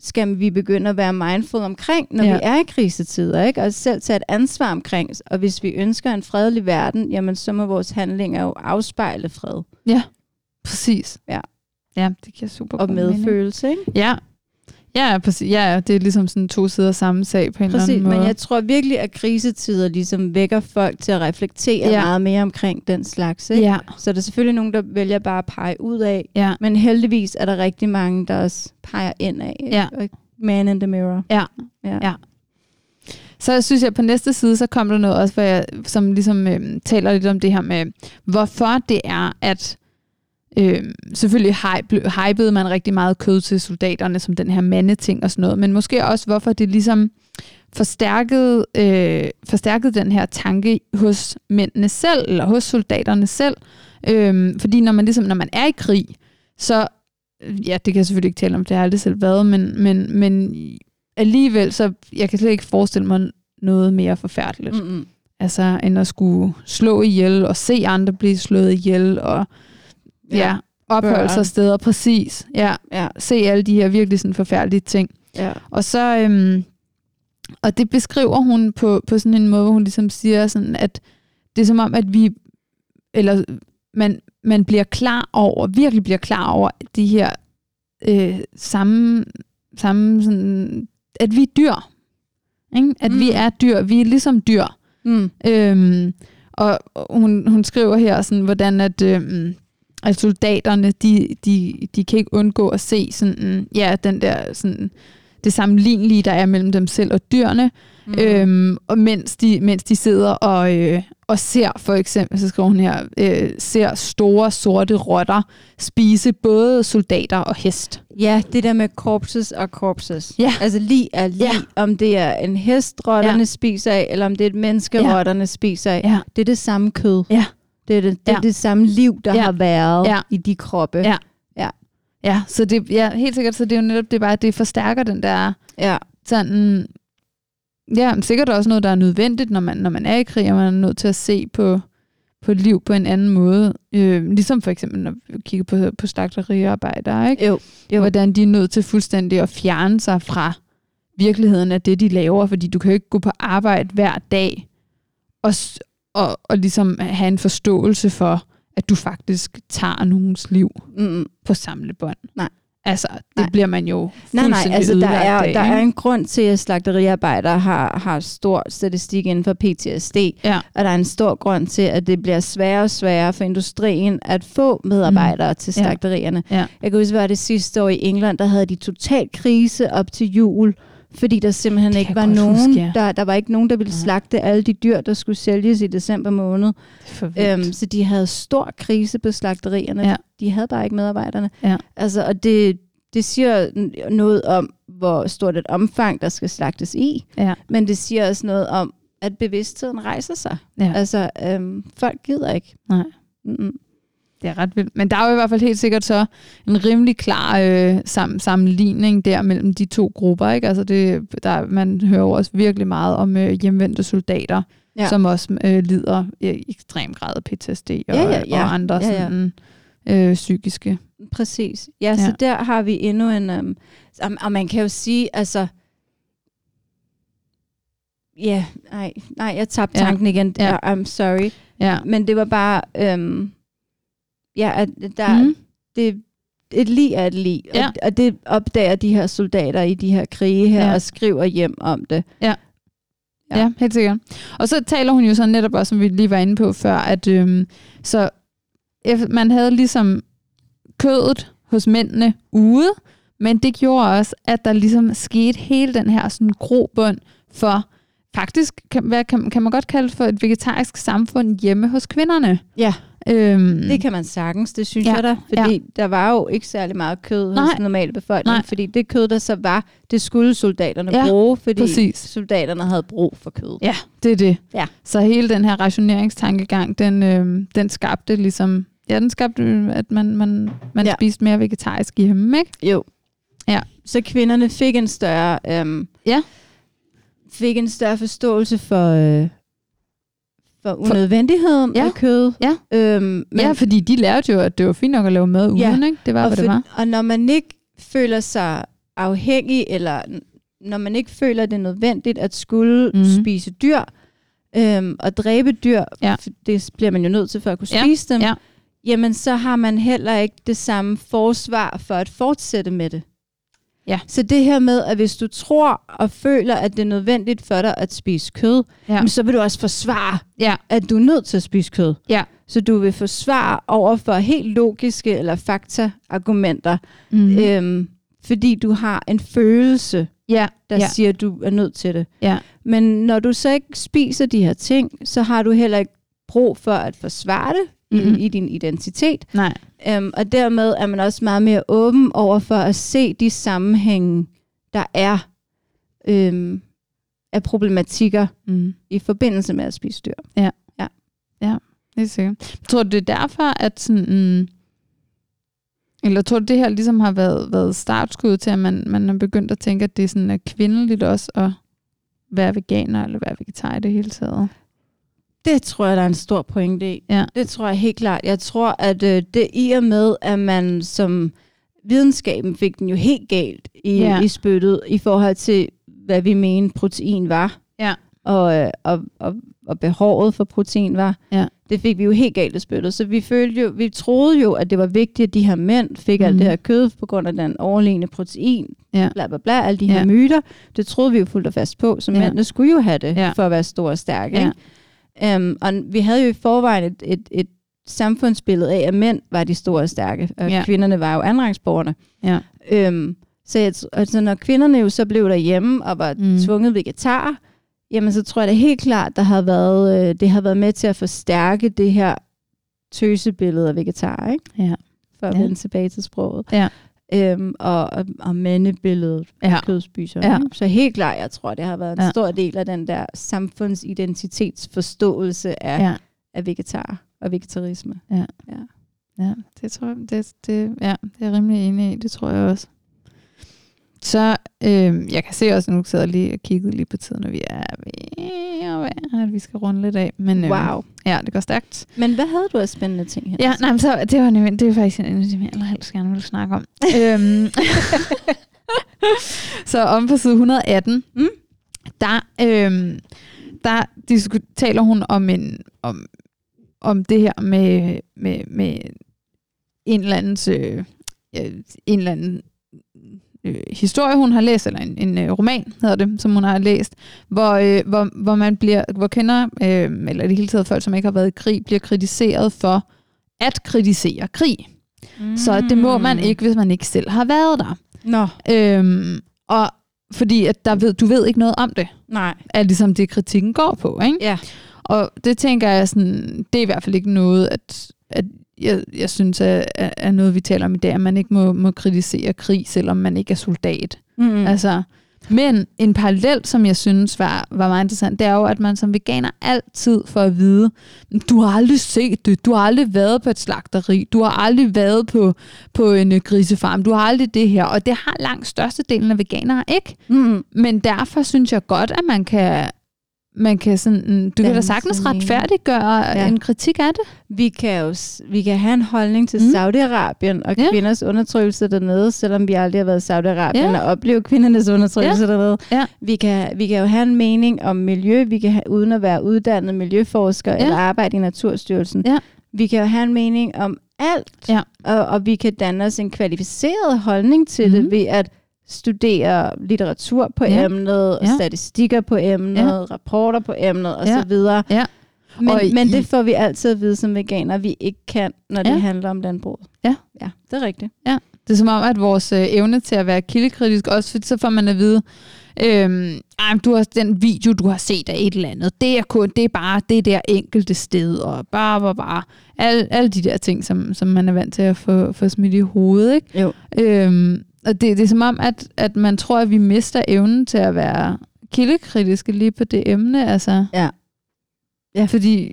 skal vi begynde at være mindful omkring, når
Ja.
ja. vi er i krisetider, ikke? og selv tage et ansvar omkring. Og hvis vi ønsker en fredelig verden, jamen så må vores handlinger jo afspejle fred
præcis.
Ja.
Ja, det giver super
og
god mening.
medfølelse. Ikke?
Ja. Ja, præcis. Ja, ja, det er ligesom sådan to sider af samme sag på en eller
Præcis,
anden måde.
men jeg tror virkelig, at krisetider ligesom vækker folk til at reflektere
Ja.
ja. meget mere omkring den slags. Ikke?
Ja,
Så er der selvfølgelig nogen, der vælger bare at pege ud af,
ja.
men heldigvis er der rigtig mange, der også peger ind af.
Ja.
Man in the mirror.
Så synes jeg, at på næste side, så kom der noget også, hvor jeg, som ligesom øhm, taler lidt om det her med, hvorfor det er, at øhm, selvfølgelig hype, hypede man rigtig meget kød til soldaterne, som den her mandeting og sådan noget, men måske også, hvorfor det ligesom forstærkede, øh, forstærkede den her tanke hos mændene selv, eller hos soldaterne selv. Øhm, fordi når man, ligesom, når man er i krig, så, ja, det kan jeg selvfølgelig ikke tale om, det har jeg aldrig selv været, men, men, men alligevel, så jeg kan slet ikke forestille mig noget mere forfærdeligt. Mm.
Mm-mm.
Altså, end at skulle slå ihjel, og se andre blive slået ihjel, og ja, ja opholde sig
Børn.
steder præcis. Ja,
Ja.
se alle de her virkelig sådan forfærdelige ting.
ja.
Og så, øhm, og det beskriver hun på, på sådan en måde, hvor hun ligesom siger sådan, at det er som om, at vi, eller man, man bliver klar over, virkelig bliver klar over de her øh, samme, samme sådan, at vi er dyr. Ikke? At mm. vi
Mm.
er dyr. Vi er ligesom dyr.
Mm.
Øhm, og og hun, hun skriver her, sådan, hvordan at, øhm, at soldaterne, de, de, de kan ikke undgå at se sådan, ja, den der, sådan, det sammenlignelige, der er mellem dem selv og dyrene,
Mm.
mm. øhm, og mens, de, mens de sidder og, øh, og ser, for eksempel, så skriver hun her, øh, ser store sorte rotter spise både soldater og hest.
Ja, det der med corpses og corpses.
Ja.
Altså lige er lige,
Ja.
om det er en hest, rotterne
Ja.
ja. spiser af, eller om det er et menneske,
Ja.
ja. rotterne spiser af.
Ja.
Det er det samme kød.
Ja.
Det er det, det,
Ja.
er det samme liv, der
Ja.
ja. har været
Ja.
ja. i de kroppe.
Ja. Ja, så det, ja, helt sikkert, så det er jo netop det er bare, at det forstærker den der
ja.
sådan, ja, men sikkert også noget, der er nødvendigt, når man, når man er i krig, og man er nødt til at se på, på et liv på en anden måde. Øh, ligesom for eksempel, når vi kigger på, på slagteriarbejdere, ikke?
Jo.
Jo. Hvordan de er nødt til fuldstændig at fjerne sig fra virkeligheden af det, de laver, fordi du kan jo ikke gå på arbejde hver dag og, s- og, og ligesom have en forståelse for, at du faktisk tager nogens liv
Mm.
på samlebånd.
Nej.
Altså, det
Nej.
bliver man jo
Nej, nej,
fuldstændig
altså der
ødelagt
er,
af,
der
ikke?
er en grund til, at slagteriarbejdere har, har stor statistik inden for PTSD,
Ja.
og der er en stor grund til, at det bliver sværere og sværere for industrien at få medarbejdere mm. til
Ja.
slagterierne.
Ja.
Jeg kan huske, hvad det sidste år i England, der havde de total krise op til jul, fordi der simpelthen
Det
ikke
kan
var
jeg godt
nogen,
huske, ja.
der, der var ikke nogen, der ville
Nej.
slagte alle de dyr, der skulle sælges i december måned.
Det er for vildt.
Øhm, så de havde stor krise på slagterierne.
Ja.
De havde bare ikke medarbejderne.
Ja.
Altså, og det, det siger n- noget om, hvor stort et omfang, der skal slagtes i.
Ja.
Men det siger også noget om, at bevidstheden rejser sig.
Ja.
Altså, øhm, folk gider ikke.
Nej.
Mm-mm.
Det er ret vildt. Men der er jo i hvert fald helt sikkert så en rimelig klar øh, sam- sammenligning der mellem de to grupper. Ikke? Altså det, der, man hører jo også virkelig meget om øh, hjemvendte soldater, ja.
Ja.
som også øh, lider i ekstrem grad af PTSD og,
Ja, ja, ja.
og andre
Ja, ja.
sådan, øh, psykiske.
Præcis. Ja, ja, så
Ja.
der har vi endnu en... Øhm, og, og man kan jo sige, altså... Ja, nej, nej, jeg tabte
Ja.
tanken igen.
Ja.
Ja. I'm sorry.
Ja.
Men det var bare... Øhm, ja, at der,
Mm.
det, et lig er et lig,
Ja.
og, og det opdager de her soldater i de her krige her,
Ja.
ja. og skriver hjem om det.
Ja. ja, helt sikkert. Og så taler hun jo så netop også, som vi lige var inde på før, at øhm, så eff- man havde ligesom kødet hos mændene ude, men det gjorde også, at der ligesom skete hele den her sådan grobund for faktisk, kan, hvad kan, kan man godt kalde for et vegetarisk samfund hjemme hos kvinderne.
Ja.
Øhm,
Det kan man sagtens, det synes
Ja.
ja. jeg da, fordi ja. der var jo ikke særlig meget kød hos
Nej.
den normale befolkning,
Nej.
Nej. fordi det kød, der så var, det skulle soldaterne
Ja,
ja. bruge, fordi
præcis.
soldaterne havde brug for kød.
Ja, det er det.
Ja.
Så hele den her rationeringstankegang, den, øh, den skabte ligesom, ja, den skabte, øh, at man, man, man ja.
Ja.
spiste mere vegetarisk hjemme, ikke?
Jo.
Ja.
Så kvinderne fik en større, øhm,
Ja.
fik en større forståelse for, øh, for unødvendigheden
Ja.
af kød.
Ja.
Øhm,
Men,
men
ja, fordi de lærte jo, at det var fint nok at lave mad uden, ja.
Ja,
ikke? Det var, hvad
og,
det var.
og når man ikke føler sig afhængig, eller n- når man ikke føler, at det er nødvendigt at skulle
Mhm.
mm. spise dyr øhm, og dræbe dyr,
Ja.
for det bliver man jo nødt til for at kunne
Ja,
spise dem,
ja.
jamen så har man heller ikke det samme forsvar for at fortsætte med det.
Ja.
Så det her med, at hvis du tror og føler, at det er nødvendigt for dig at spise kød,
Ja.
ja. jamen, så vil du også forsvare,
Ja.
at du er nødt til at spise kød.
Ja.
Så du vil forsvare over for helt logiske eller fakta-argumenter,
Mm.
mm.
Øh,
øhm, fordi du har en følelse,
ja,
der
ja,
ja. siger, at du er nødt til det.
Ja.
Men når du så ikke spiser de her ting, så har du heller ikke brug for at forsvare det
Mhm.
mm. i, i din identitet.
nej.
Øhm, og dermed er man også meget mere åben over for at se de sammenhænge, der er øhm, af problematikker
Mm.
i forbindelse med at spise dyr.
Det er sikkert. Tror du, det er derfor, at sådan, mm, Eller tror du, det her ligesom har været, været startskud til, at man, man er begyndt at tænke, at det er sådan er kvindeligt også at være veganer eller være vegetar i det hele taget?
Det tror jeg, der er en stor pointe i.
Ja.
Det tror jeg helt klart. Jeg tror, at øh, det i og med, at man som videnskaben fik den jo helt galt i,
Ja.
ja. i spyttet i forhold til, hvad vi mente protein var.
Ja.
Og, øh, og, og, og behovet for protein var.
Ja.
Det fik vi jo helt galt i spyttet. Så vi, følte jo, vi troede jo, at det var vigtigt, at de her mænd fik mm. alt
Mhm.
det her kød på grund af den overlegne protein.
Ja.
Bla, bla, bla, alle de her
Ja.
myter. Det troede vi jo fuldt og fast på, så
Ja.
mændene skulle jo have det
Ja.
for at være store og stærke.
Ja.
ikke? Øhm, og vi havde jo i forvejen et, et, et samfundsbillede af, at mænd var de store og stærke, og
Ja.
ja. kvinderne var jo andenrangsborgerne.
Ja.
Øhm, så jeg, tr- altså, når kvinderne jo så blev derhjemme og var
Mm.
mm. tvunget vegetarer, jamen så tror jeg da helt klart, der har været, øh, det har været med til at forstærke det her tøsebillede af vegetarer, ikke?
Ja.
for at
Ja.
vende tilbage til sproget.
Ja.
Øhm, og, og, og mandebilledet
Ja.
ja. kødspisere.
Ja.
Ja. Så helt klart, jeg tror, det har været en
Ja.
ja. stor del af den der samfundsidentitetsforståelse af, ja.
ja.
af vegetar og vegetarisme.
Ja, det tror jeg, det, det, ja, det er jeg rimelig enig i, det tror jeg også. Så øh, jeg kan se også, nu sidder jeg lige og kiggede lige på tiden, og vi er ved at være, at vi skal runde lidt af. Men, øh,
Wow.
Ja, det går stærkt.
Men hvad havde du af spændende ting her?
Ja, nej, men så, det var nemlig, det er faktisk en af de ting, jeg allerhelst gerne vil snakke om.
[laughs]
øhm. så om på side 118,
Mm.
der, øhm, der disku- taler hun om, en, om, om det her med, med, med en eller andens, øh, øh, en eller anden øh, historie, hun har læst, eller en, en øh, roman hedder det, som hun har læst, hvor, øh, hvor, hvor man bliver, hvor kender, øh, eller i det hele taget folk, som ikke har været i krig, bliver kritiseret for at kritisere krig. Mm.
Mm.
Så det må man ikke, hvis man ikke selv har været der.
Nå,
Øhm, og fordi at der ved, du ved ikke noget om det,
nej.
er ligesom det, kritikken går på. Ikke?
Ja.
Og det tænker jeg sådan, det er i hvert fald ikke noget, at, at jeg, jeg synes er, er- er noget, vi taler om i dag, at man ikke må, må kritisere krig, selvom man ikke er soldat.
Mm.
Mm. Altså, men en parallel, som jeg synes var, var meget interessant, det er jo, at man som veganer altid får at vide, du har aldrig set det, du har aldrig været på et slagteri, du har aldrig været på, på en øh, grisefarm, du har aldrig det her. Og det har langt størstedelen af veganere ikke.
Mm.
Men derfor synes jeg godt, at man kan, man kan sådan, du kan da
Danne sin
sagtens
mening.
retfærdiggøre ja.
Ja.
en kritik af det.
Vi kan jo s- vi kan have en holdning til
Mm.
mm. Saudi-Arabien og
Ja.
ja. kvinders undertrykkelse dernede, selvom vi aldrig har været i Saudi-Arabien
Ja.
ja. og opleve kvindernes undertrykkelse ja. dernede.
Ja.
Vi, kan, vi kan jo have en mening om miljø, vi kan have, uden at være uddannet miljøforsker
Ja.
ja. eller arbejde i Naturstyrelsen.
Ja.
Vi kan jo have en mening om alt,
Ja.
og, og vi kan danne os en kvalificeret holdning til mm.
Mhm.
det ved at studere litteratur på
Ja.
ja. emnet,
Ja.
ja. statistikker på emnet,
Ja.
ja. rapporter på emnet osv.
Ja.
Ja. videre.
Ja.
Men,
Og i-
men det får vi altid at vide som veganer, vi ikke kan, når det
Ja.
handler om landbruget.
Ja.
ja, det er rigtigt.
Det er som om, at vores øh, evne til at være kildekritisk, også fordi så får man at vide, øhm, ej, men du har den video, du har set af et eller andet, det er, kun, det er bare det der enkelte sted, og bare, bare, bare. Alle, alle de der ting, som, som man er vant til at få, få smidt i hovedet. Ikke?
Jo.
Øhm, og det, det er som om, at, at man tror, at vi mister evnen til at være kildekritiske lige på det emne. Altså.
Ja.
ja. Fordi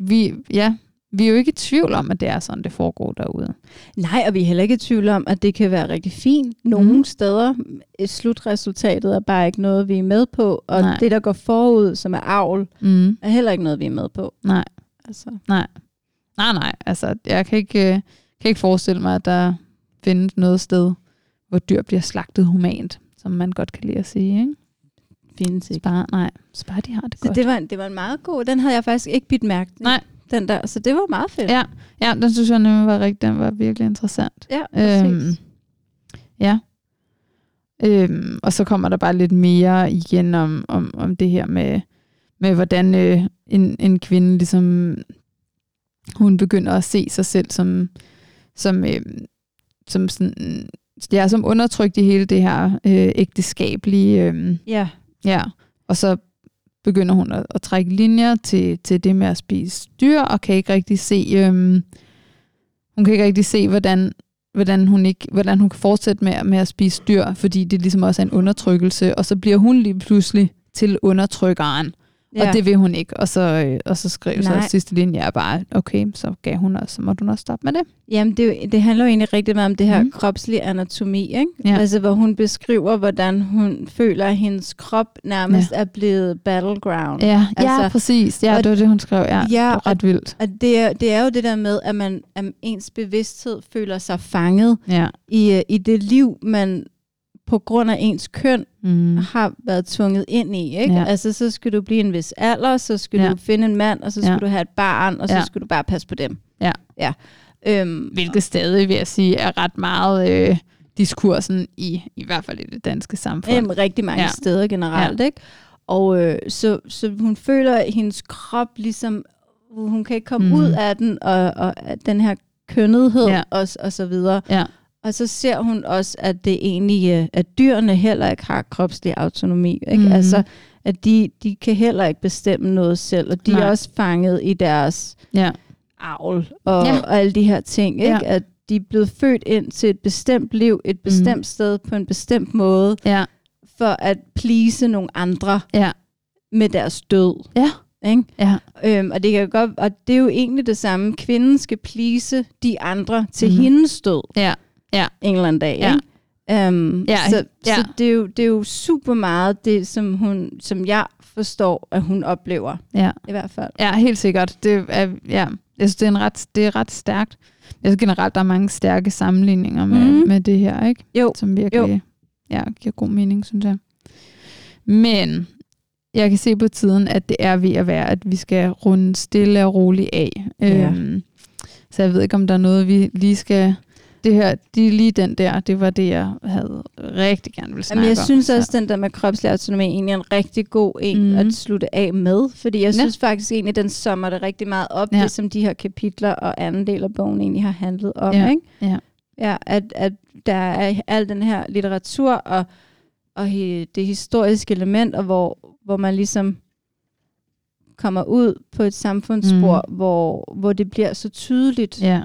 vi, ja, vi er jo ikke i tvivl om, at det er sådan, det foregår derude.
Nej, og vi er heller ikke i tvivl om, at det kan være rigtig fint nogle
Mhm.
mm. steder. Et Slutresultatet er bare ikke noget, vi er med på, og
Nej.
Nej. det, der går forud, som er avl,
Mm.
er heller ikke noget, vi er med på.
Nej.
Altså.
Nej, nej. Altså, jeg kan ikke, øh, kan ikke forestille mig, at der findes noget sted, hvor dyr bliver slagtet humant, som man godt kan lide at sige. Ikke?
findes ikke.
Bare, nej, så bare de har det
Så
godt.
det var, en, det var en meget god, den havde jeg faktisk ikke bidt mærke til,
Nej.
den der, så det var meget fedt.
Ja. Ja, den synes jeg nemlig var rigtig, den var virkelig interessant.
ja præcis.
ja. Øhm, og så kommer der bare lidt mere igen om, om, om det her med, med hvordan øh, en, en kvinde ligesom, hun begynder at se sig selv som, som, øh, som sådan, ja, som undertrykt i hele det her øh, ægteskabelige, øh,
ja.
ja, og så begynder hun at, at trække linjer til, til det med at spise dyr, og kan ikke rigtig se, øhm, hun kan ikke rigtig se, hvordan, hvordan, hun ikke, hvordan hun kan fortsætte med, med at spise dyr, fordi det ligesom også er en undertrykkelse, og så bliver hun lige pludselig til undertrykkeren, Ja. Og det vil hun ikke. Og så, øh, og så skrev så
Nej.
sidste linje er bare, okay, så gav hun også, så må du nok stoppe med det.
Jamen, det, er jo- det handler jo egentlig rigtig meget om det her
Mhm.
mm. kropslige anatomi, ikke?
Ja.
Altså, hvor hun beskriver, hvordan hun føler, at hendes krop nærmest ja. er blevet battleground.
Ja, altså, ja
Altså,
præcis. Ja,
og-
det var det, hun skrev. Ja, ja
ja
det var ret vildt.
og det er, det er jo det der med, at man at ens bevidsthed føler sig fanget
Ja.
i, øh, i det liv, man på grund af ens køn
Mm.
har været tvunget ind i. Ikke?
Ja.
Ja. Altså, så skal du blive en vis alder, så skal
Ja.
ja. du finde en mand, og så
Ja.
skal ja. du have et barn, og så
Ja.
ja. skal du bare passe på dem.
Ja.
ja. Øhm,
Hvilket stadig, vil jeg sige, er ret meget øh, diskursen i, i hvert fald i det danske samfund.
Jamen, rigtig mange
Ja.
ja. steder generelt, ja. ikke? Og øh, så, så hun føler, at hendes krop ligesom, hun kan ikke komme
Mhm.
mm. ud af den, og, og at den her kønnethed
Ja.
ja. og, og så videre.
Ja.
Og så ser hun også, at det egentlig, øh, at dyrene heller ikke har kropslig autonomi. Ikke?
Mhm.
Mm. Altså, at de, de kan heller ikke bestemme noget selv, og de
Nej.
er også fanget i deres
Ja.
avl og,
Ja.
ja. og alle de her ting. Ikke?
Ja.
Ja. At de er blevet født ind til et bestemt liv, et bestemt
Mhm.
mm. sted, på en bestemt måde
Ja.
for at please nogle andre
Ja.
med deres død.
Ja.
Ikke?
Ja.
Øhm, og, det kan jo godt, og det er jo egentlig det samme. Kvinden skal please de andre til
Mhm.
mm-hmm. hendes død
Ja. Ja.
en eller anden dag.
Ja.
Ikke? Øhm,
Ja,
Så,
ja.
så det, er jo, det er jo super meget det, som, hun, som jeg forstår, at hun oplever.
Ja.
I hvert fald.
Ja, helt sikkert. Det er, ja. Jeg synes, det er, en ret, det er ret stærkt. Jeg synes generelt, der er mange stærke sammenligninger med, mm.
Mhm.
med det her, ikke?
Jo.
Som virkelig jo. Ja, giver god mening, synes jeg. Men jeg kan se på tiden, at det er ved at være, at vi skal runde stille og roligt af.
Ja.
Øhm, så jeg ved ikke, om der er noget, vi lige skal... Det her, de, lige den der, det var det, jeg havde rigtig gerne ville snakke
Jamen, jeg
om.
synes
så-
også, den der med kropslig autonomi egentlig er en rigtig god en
Mhm.
mm. at slutte af med. Fordi jeg
Ja.
synes faktisk egentlig, den sommer det rigtig meget op,
Ja.
ja. det som de her kapitler og anden del af bogen egentlig har handlet om.
Ja.
Ikke?
Ja.
Ja, at, at der er al den her litteratur og, og he, det historiske element, og hvor, hvor man ligesom kommer ud på et samfundsspor, mm. hvor, hvor det bliver så tydeligt, ja.
Mhm. Ja,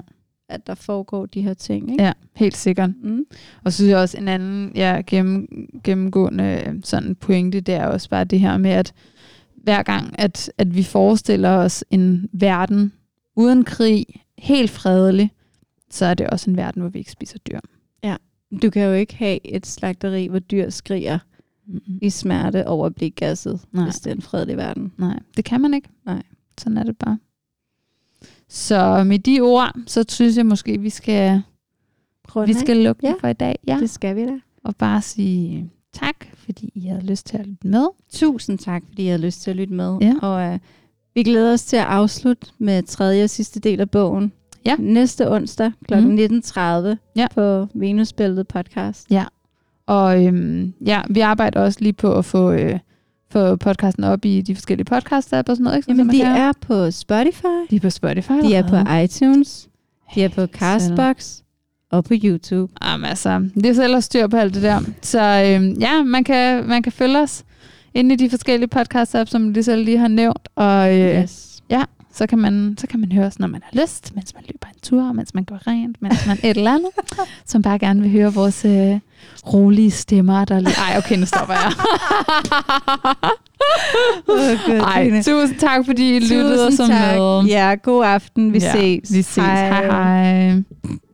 at der foregår de her ting. Ikke?
ja, helt sikkert.
Mm.
Og så synes jeg også, en anden ja, gennem, gennemgående øh, sådan pointe, det er også bare det her med, at hver gang, at, at vi forestiller os en verden uden krig, helt fredelig, så er det også en verden, hvor vi ikke spiser dyr.
Du kan jo ikke have et slagteri, hvor dyr skriger
Mm-hmm.
i smerte over at blive gasset,
Nej.
Nej. hvis det er en fredelig verden.
Nej, det kan man ikke.
Nej.
Sådan er det bare. Så med de ord, så synes jeg måske, vi skal,
Prøv
vi skal lukke den
Ja.
for i dag. Ja.
Det skal vi da.
Og bare sige tak, fordi I havde lyst til at lytte med.
Tusind tak, fordi I har lyst til at lytte med.
Ja.
Og øh, vi glæder os til at afslutte med tredje og sidste del af bogen.
Ja.
Næste onsdag kl.
Mhm.
Mm. 19.30
Ja.
på Venusbæltet podcast.
Og øhm, ja, vi arbejder også lige på at få, øh, få podcasten op i de forskellige podcast-app og sådan noget. Ikke? Sådan, så man
Jamen, de
kan-
er på Spotify,
de er på Spotify.
de er
allerede.
på iTunes, de er på Castbox og på YouTube.
Jamen altså, det er så ellers styr på alt det der. Så øhm, ja, man kan, man kan følge os inde i de forskellige podcast-apps, som lige selv lige har nævnt. Og øh, yes. så, kan man, så kan man høre os, når man har lyst, mens man løber en tur, mens man går rent, mens man et eller [laughs] andet, som bare gerne vil høre vores øh, rolige stemmer. Der lige... Ej, okay, nu stopper jeg. [laughs]
Åh, Gud,
Ej,
Trine.
tusind tak, fordi I lyttede og
Tusind
så
tak.
med.
Ja, god aften. Vi
Ja,
ses.
Vi ses. Hej. hej.